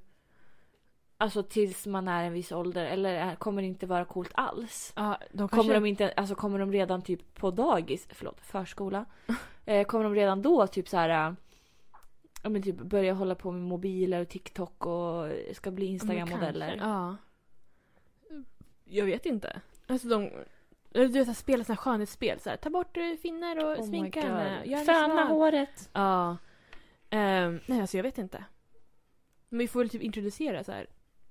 Speaker 2: Alltså tills man är en viss ålder eller är, kommer det inte vara coolt alls?
Speaker 1: ja de kanske...
Speaker 2: Kommer de, inte, alltså kommer de redan typ på dagis, förlåt, förskola? Eh, kommer de redan då typ så här, äh, ja, men typ börja hålla på med mobiler och TikTok och ska bli Instagram-modeller?
Speaker 1: Kanske, Ja. Jag vet inte. Alltså de... Du vet, så här, spela såna här skönhetsspel. Så här, ta bort eh, finnar och
Speaker 2: Oh my
Speaker 1: sminka
Speaker 2: God.
Speaker 1: henne. Gör henne
Speaker 2: Föna
Speaker 1: smal.
Speaker 2: håret!
Speaker 1: Ja. Ehm, nej, alltså jag vet inte. Men vi får väl typ introducera så här.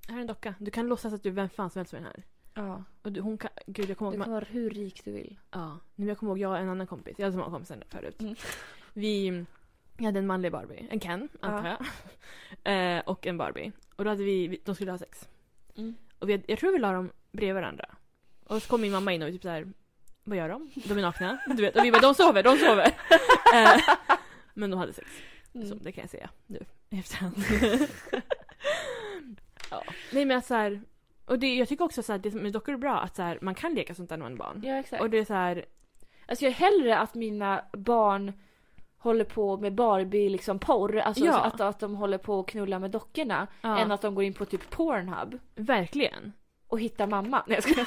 Speaker 1: Här är en docka. Du kan låtsas att du är vem fan som helst med den här.
Speaker 2: Ja,
Speaker 1: Och du, hon kan... Gud, jag kommer
Speaker 2: du
Speaker 1: ihåg...
Speaker 2: kan
Speaker 1: Man,
Speaker 2: vara hur rik du vill.
Speaker 1: ja. Nej, men jag kommer ihåg, jag och en annan kompis. Jag hade så många kompisar förut.
Speaker 2: Mm.
Speaker 1: Vi... Jag hade en manlig Barbie. En Ken, antar jag. Eh, och en Barbie. Och då hade vi... vi- De skulle ha sex.
Speaker 2: Mm.
Speaker 1: Och vi, jag tror vi la dem bredvid varandra. Och så kom min mamma in och vi typ så här, vad gör de? De är nakna. Du vet. Och vi bara, de sover, de sover. Eh, men de hade sex. Så
Speaker 2: Mm.
Speaker 1: det kan jag säga nu i efterhand. ja. Nej men så här, och det, jag tycker också så här, det som är dockor är bra att så här, man kan leka sånt där när man är barn.
Speaker 2: Ja, exakt.
Speaker 1: Och det är så här,
Speaker 2: Mm. Alltså jag hellre att mina barn håller på med Barbie liksom porr, alltså
Speaker 1: Ja.
Speaker 2: att, att de håller på och knullar med dockorna
Speaker 1: ja,
Speaker 2: än att de går in på typ Pornhub
Speaker 1: verkligen.
Speaker 2: och hittar mamma. Nej jag skojar.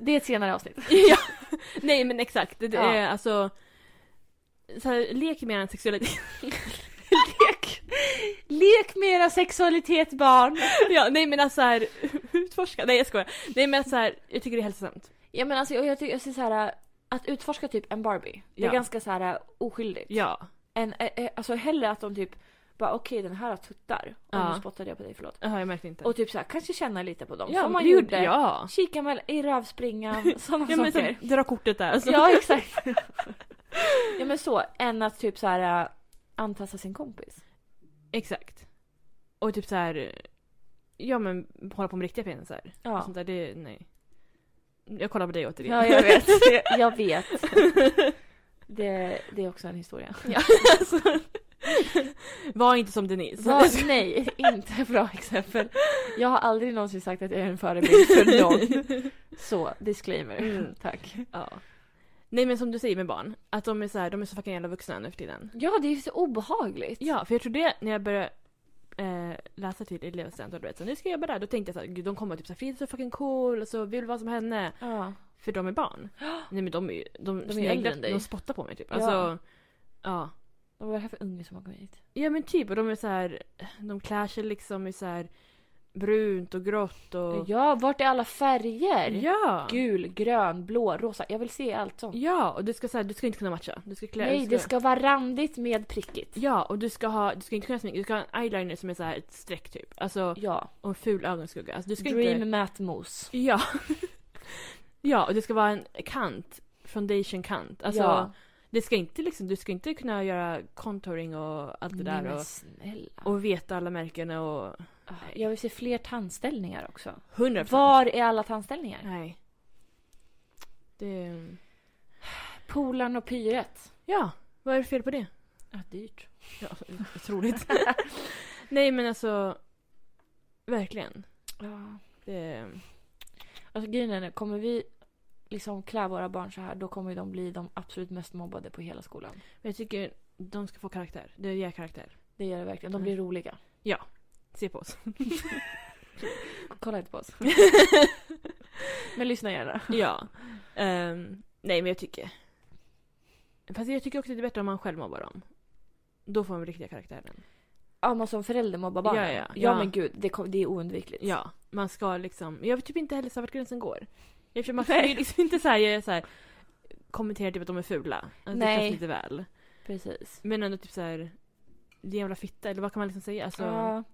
Speaker 2: Det är ett senare avsnitt.
Speaker 1: ja. Nej men exakt, det, det
Speaker 2: Ja.
Speaker 1: är alltså, så här, lek med en sexualitet.
Speaker 2: Lek, lek med era sexualitet barn!
Speaker 1: ja, nej men alltså så här, utforska, nej jag skojar. Nej men så här, jag tycker det är hälsosamt.
Speaker 2: Ja men alltså och jag tycker jag ser så här att utforska typ en Barbie, det är
Speaker 1: Ja.
Speaker 2: ganska så här oskyldigt.
Speaker 1: Ja.
Speaker 2: En, eh, eh, alltså hellre att de typ bara okej den här har tuttar, och
Speaker 1: Ja.
Speaker 2: nu spottade jag på dig förlåt.
Speaker 1: Jaha, jag märkte inte.
Speaker 2: Och typ så här kanske känna lite på dem som man
Speaker 1: det
Speaker 2: gjorde.
Speaker 1: Ja.
Speaker 2: Kika med i rövspringan, sådana
Speaker 1: ja men typ. så,
Speaker 2: saker.
Speaker 1: dra kortet där. Så.
Speaker 2: Ja exakt. ja men så, än att typ så här äh, antassa sin kompis.
Speaker 1: Exakt. Och typ så här. Ja men hålla på med riktiga penisar. Och
Speaker 2: Ja.
Speaker 1: Sånt där, det, nej. Jag kollar på dig återigen.
Speaker 2: Ja jag vet, jag vet. Det, det är också en historia.
Speaker 1: Ja, alltså. Var inte som Denise. Alltså.
Speaker 2: Va, nej, inte bra exempel. Jag har aldrig någonsin sagt att jag är en förebild för någon. Så, disclaimer.
Speaker 1: Mm.
Speaker 2: Tack.
Speaker 1: Ja. Nej men som du säger med barn, att de är så, här, de är så fucking jävla vuxna nu för tiden.
Speaker 2: Ja, det är ju så obehagligt.
Speaker 1: Ja, för jag tror det när jag började eh, läsa till elevcenter och du vet så nu ska jag jobba där, då tänkte jag såhär, gud de kommer typ såhär, Frida är så fucking cool och så vill vara som henne.
Speaker 2: Ja.
Speaker 1: För de är barn. Nej men de är ju, de,
Speaker 2: är ju
Speaker 1: sneglar-
Speaker 2: äldre än dig.
Speaker 1: De spottar på mig typ.
Speaker 2: Ja.
Speaker 1: Alltså, ja.
Speaker 2: Vad var det här för unge som har kommit hit?
Speaker 1: Ja men typ, och de är så här, de klär sig liksom i så här brunt och grått och...
Speaker 2: Ja, vart är alla färger?
Speaker 1: Ja!
Speaker 2: Gul, grön, blå, rosa. Jag vill se allt sånt.
Speaker 1: Ja, och du ska så här, du ska inte kunna matcha. Du ska klä
Speaker 2: Nej,
Speaker 1: du
Speaker 2: det ska vara randigt med prickigt.
Speaker 1: Ja, och du ska ha, du ska inte kunna sminka, du ska ha en eyeliner som är så här ett streck typ. Alltså,
Speaker 2: Ja.
Speaker 1: och en ful ögonskugga. Alltså, du ska
Speaker 2: Dream
Speaker 1: inte...
Speaker 2: Matt Moose.
Speaker 1: Ja. ja, och det ska vara en kant. Foundation kant. Alltså,
Speaker 2: ja.
Speaker 1: det ska inte liksom, du ska inte kunna göra contouring och allt det
Speaker 2: Nej,
Speaker 1: där
Speaker 2: men
Speaker 1: och,
Speaker 2: snälla.
Speaker 1: och veta alla märken och...
Speaker 2: Jag vill se fler tandställningar också.
Speaker 1: 100%.
Speaker 2: Var är alla tandställningar?
Speaker 1: Nej. Det...
Speaker 2: Polarn och pyret.
Speaker 1: Ja, vad är det fel på det?
Speaker 2: Ja, dyrt.
Speaker 1: Ja, otroligt. Nej men alltså, verkligen.
Speaker 2: Ja.
Speaker 1: Det...
Speaker 2: Alltså grejen är, kommer vi liksom klä våra barn så här då kommer ju de bli de absolut mest mobbade på hela skolan.
Speaker 1: Men jag tycker de ska få karaktär. Det ger karaktär.
Speaker 2: Det gör det verkligen. De blir roliga.
Speaker 1: Se på oss.
Speaker 2: Kolla inte på oss. Men lyssna gärna.
Speaker 1: ja. Ehm, nej men jag tycker... Fast jag tycker också det är bättre om man själv mobbar dem. Då får man riktiga karaktären.
Speaker 2: Ja, man som förälder mobbar barnen.
Speaker 1: Ja, ja,
Speaker 2: ja
Speaker 1: ja.
Speaker 2: men gud, det, kom, det är oundvikligt.
Speaker 1: Ja, man ska liksom... Jag vet typ inte heller så här vart gränsen går. Jag försöker, man ska ju liksom inte så här, göra så här, kommentera typ att de är fula. Alltså,
Speaker 2: Nej.
Speaker 1: Det känns lite väl.
Speaker 2: Precis.
Speaker 1: Men ändå typ så här... Det är jävla fitta, eller vad kan man liksom säga? Alltså,
Speaker 2: Ja,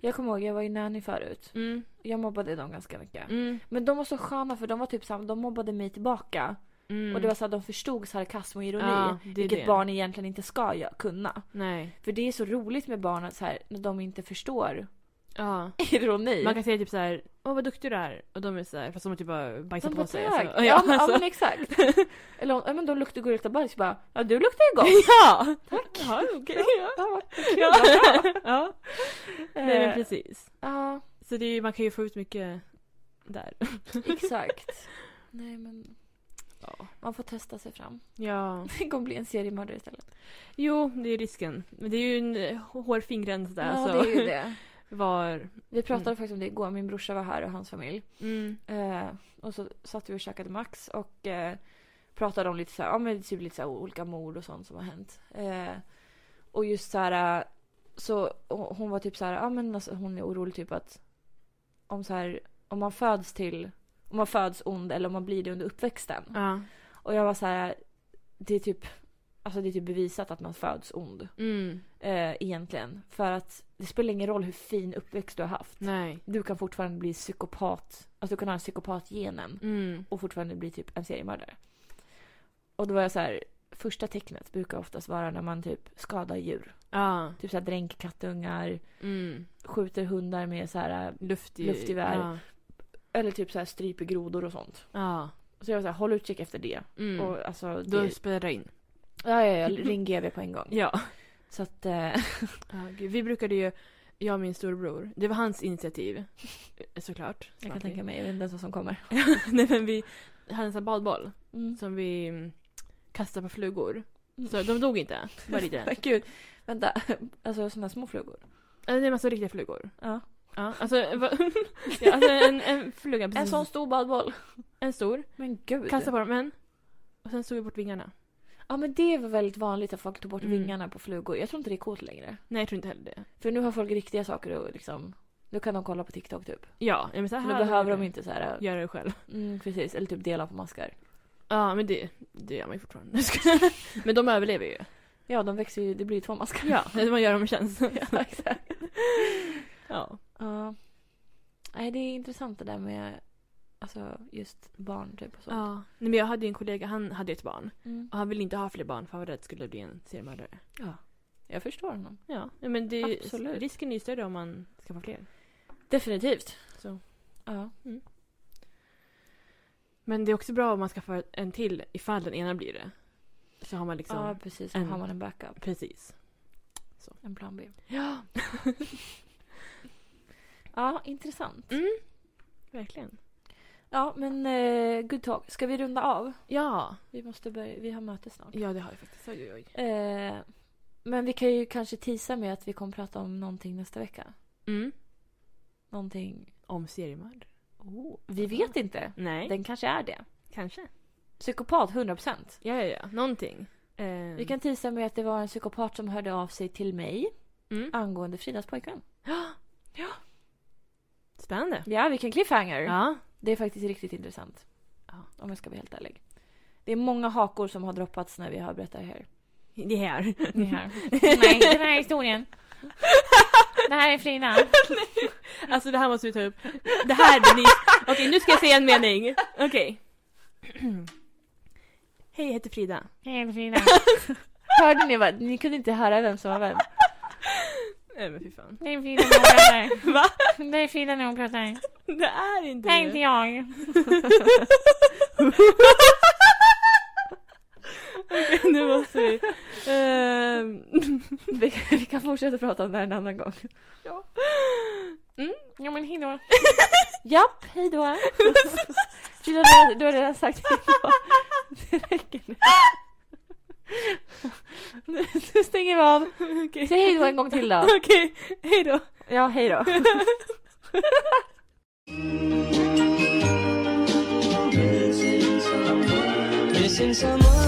Speaker 2: jag kommer ihåg, jag var ju nanny förut.
Speaker 1: mm,
Speaker 2: Jag mobbade dem ganska mycket.
Speaker 1: mm,
Speaker 2: Men de var så sköna för de var typ samma, de mobbade mig tillbaka.
Speaker 1: mm.
Speaker 2: Och det var så att de förstod sarkasm och ironi.
Speaker 1: Ja, det är
Speaker 2: vilket
Speaker 1: det.
Speaker 2: barn egentligen inte ska gö- kunna.
Speaker 1: Nej.
Speaker 2: För det är så roligt med barn att så här, när de inte förstår
Speaker 1: Ja.
Speaker 2: ironi.
Speaker 1: Man kan säga typ så här, åh vad duktig du är. Och de är så här, fast de har typ bara bajsat
Speaker 2: de bara,
Speaker 1: på sig.
Speaker 2: "Tack."
Speaker 1: alltså.
Speaker 2: ja, men- ja men exakt. Eller om- ja, men de luktar, går och luktar bajs. Bara, ja du luktar ju gott.
Speaker 1: Ja! Tack! Ja, okej. Ja.
Speaker 2: ja,
Speaker 1: Ja. Ja. Nej men
Speaker 2: Eh,
Speaker 1: precis.
Speaker 2: ja
Speaker 1: Så det är, ju- man kan ju få ut mycket där.
Speaker 2: exakt. Nej men
Speaker 1: Ja.
Speaker 2: man får testa sig fram.
Speaker 1: ja.
Speaker 2: Det kommer bli en seriemördare istället.
Speaker 1: Jo, det är risken. Men det är ju en eh, hårfin gräns där.
Speaker 2: ja
Speaker 1: så.
Speaker 2: det är ju det.
Speaker 1: Var...
Speaker 2: Vi pratade
Speaker 1: Mm.
Speaker 2: faktiskt om det igår. Min brorsa var här och hans familj.
Speaker 1: Mm.
Speaker 2: Eh, och så satt vi och käkade Max och eh, pratade om lite så här, ja, men typ lite så här olika mord och sånt som har hänt. Eh, och just så här, eh, så och hon var typ så här, ja men alltså, hon är orolig typ att om så här, om man föds till, om man föds ond eller om man blir det under uppväxten.
Speaker 1: Ja.
Speaker 2: Och jag var så här, det är typ, alltså det är typ bevisat att man föds ond
Speaker 1: Mm.
Speaker 2: eh, egentligen. För att det spelar ingen roll hur fin uppväxt du har haft.
Speaker 1: Nej.
Speaker 2: Du kan fortfarande bli psykopat, alltså du kan ha psykopatgenen
Speaker 1: Mm.
Speaker 2: och fortfarande bli typ en seriemördare. Och då var jag så här, första tecknet brukar oftast vara när man typ skadar djur.
Speaker 1: Ja.
Speaker 2: Typ så här dränker kattungar,
Speaker 1: Mm.
Speaker 2: skjuter hundar med så här,
Speaker 1: Luftgevär.
Speaker 2: Luftgevär.
Speaker 1: Ja.
Speaker 2: eller typ så här stryper grodor och sånt.
Speaker 1: ja.
Speaker 2: Så jag var så här, håll utkik efter det.
Speaker 1: Mm.
Speaker 2: Och alltså,
Speaker 1: Då
Speaker 2: det,
Speaker 1: spelar det in.
Speaker 2: ja, ja, ja, ring GV på en gång.
Speaker 1: Ja.
Speaker 2: Så att, eh,
Speaker 1: Ja, gud. Vi brukade ju, jag och min storbror, det var hans initiativ. eh, Såklart.
Speaker 2: jag kan tänka mig, jag vet inte ens vad som kommer.
Speaker 1: Nej men vi hade en sån här badboll
Speaker 2: Mm.
Speaker 1: som vi mm, kastade på flugor. Så de dog inte, bara lite.
Speaker 2: Men gud, vänta, alltså sådana små flugor.
Speaker 1: Äh, Nej men alltså riktiga flugor.
Speaker 2: Ja.
Speaker 1: Ja, alltså, va- ja, alltså en, en fluga,
Speaker 2: En
Speaker 1: precis,
Speaker 2: sån stor badboll.
Speaker 1: en stor.
Speaker 2: Men gud.
Speaker 1: Kastade på dem en. Och sen såg vi bort vingarna.
Speaker 2: Ja men det var väldigt vanligt att folk tog bort
Speaker 1: Mm.
Speaker 2: vingarna på flugor. Jag tror inte det är coolt längre.
Speaker 1: Nej jag tror inte heller det.
Speaker 2: För nu har folk riktiga saker och liksom... Nu kan de kolla på TikTok typ.
Speaker 1: Ja, ja men så
Speaker 2: Så
Speaker 1: här
Speaker 2: nu behöver de inte så här...
Speaker 1: göra det själv.
Speaker 2: Mm, precis. Eller typ dela på maskar.
Speaker 1: Ja men det, det gör man ju fortfarande. men de överlever ju.
Speaker 2: Ja, de växer ju... Det blir ju två maskar.
Speaker 1: Ja, man gör dem en tjänst.
Speaker 2: Ja, exakt.
Speaker 1: ja.
Speaker 2: Ja. Nej, det är intressant det där med... Alltså just barn typ och sånt.
Speaker 1: Ja. Nej, men jag hade ju en kollega, han hade ju ett barn.
Speaker 2: Mm.
Speaker 1: Och han ville inte ha fler barn för han var rädd att det skulle bli en seriemördare.
Speaker 2: ja. Jag förstår honom.
Speaker 1: Ja, ja, men det är ju,
Speaker 2: Absolut.
Speaker 1: risken är ju större om man skaffar fler.
Speaker 2: Definitivt.
Speaker 1: Så.
Speaker 2: Ja.
Speaker 1: Men det är också bra om man skaffar en till ifall den ena blir det. så har man liksom...
Speaker 2: Ja, precis. Då
Speaker 1: en-
Speaker 2: har man en backup.
Speaker 1: Precis.
Speaker 2: En plan B.
Speaker 1: Ja,
Speaker 2: Ja, intressant.
Speaker 1: verkligen.
Speaker 2: Ja, men eh, good talk. Ska vi runda av?
Speaker 1: Ja,
Speaker 2: Vi måste börja. Vi har möte snart.
Speaker 1: ja det har jag faktiskt. Oj, oj, oj.
Speaker 2: Eh, men vi kan ju kanske tisa med att vi kommer prata om någonting nästa vecka.
Speaker 1: Mm.
Speaker 2: Någonting.
Speaker 1: Om seriemördare.
Speaker 2: Vi vet inte.
Speaker 1: Nej,
Speaker 2: Den kanske är det.
Speaker 1: Oh. kanske.
Speaker 2: Psykopat, 100%.
Speaker 1: Ja, ja, ja. Någonting. Eh,
Speaker 2: Vi kan tisa med att det var en psykopat som hörde av sig till mig
Speaker 1: Mm.
Speaker 2: angående Fridas pojkvän.
Speaker 1: Spännande.
Speaker 2: Ja, vilken cliffhanger.
Speaker 1: Ja.
Speaker 2: Det är faktiskt riktigt intressant.
Speaker 1: Ja.
Speaker 2: Om jag ska vara helt ärlig. Det är många hakor som har droppats när vi har berättat det här.
Speaker 1: Det här.
Speaker 2: Det här. Nej, den här historien. Det här är Frida.
Speaker 1: Alltså det här måste vi ta upp. Det här blir... Okej, nu ska jag säga en mening. Okej. Hej, jag heter Frida.
Speaker 2: Hej Frida. Hörde ni? Vad? Ni kunde inte höra vem som var vem.
Speaker 1: Nej men fy fan.
Speaker 4: Det är Frida när hon pratar.
Speaker 1: Va?
Speaker 4: Det är Frida när hon pratar.
Speaker 1: Det är inte
Speaker 4: Det är inte jag.
Speaker 1: Okej, nu måste vi... Ehm,
Speaker 2: Vi, vi kan fortsätta prata om det här en annan gång.
Speaker 4: Ja men hejdå.
Speaker 2: Japp, hej då. Frida, du, har- du har redan sagt hej då. Det räcker nu. Nu- Nu stänger vi av.
Speaker 1: Okej.
Speaker 2: Säg hej då en gång till då.
Speaker 1: Okej, hej då.
Speaker 2: Ja, hej då.
Speaker 3: Missing someone.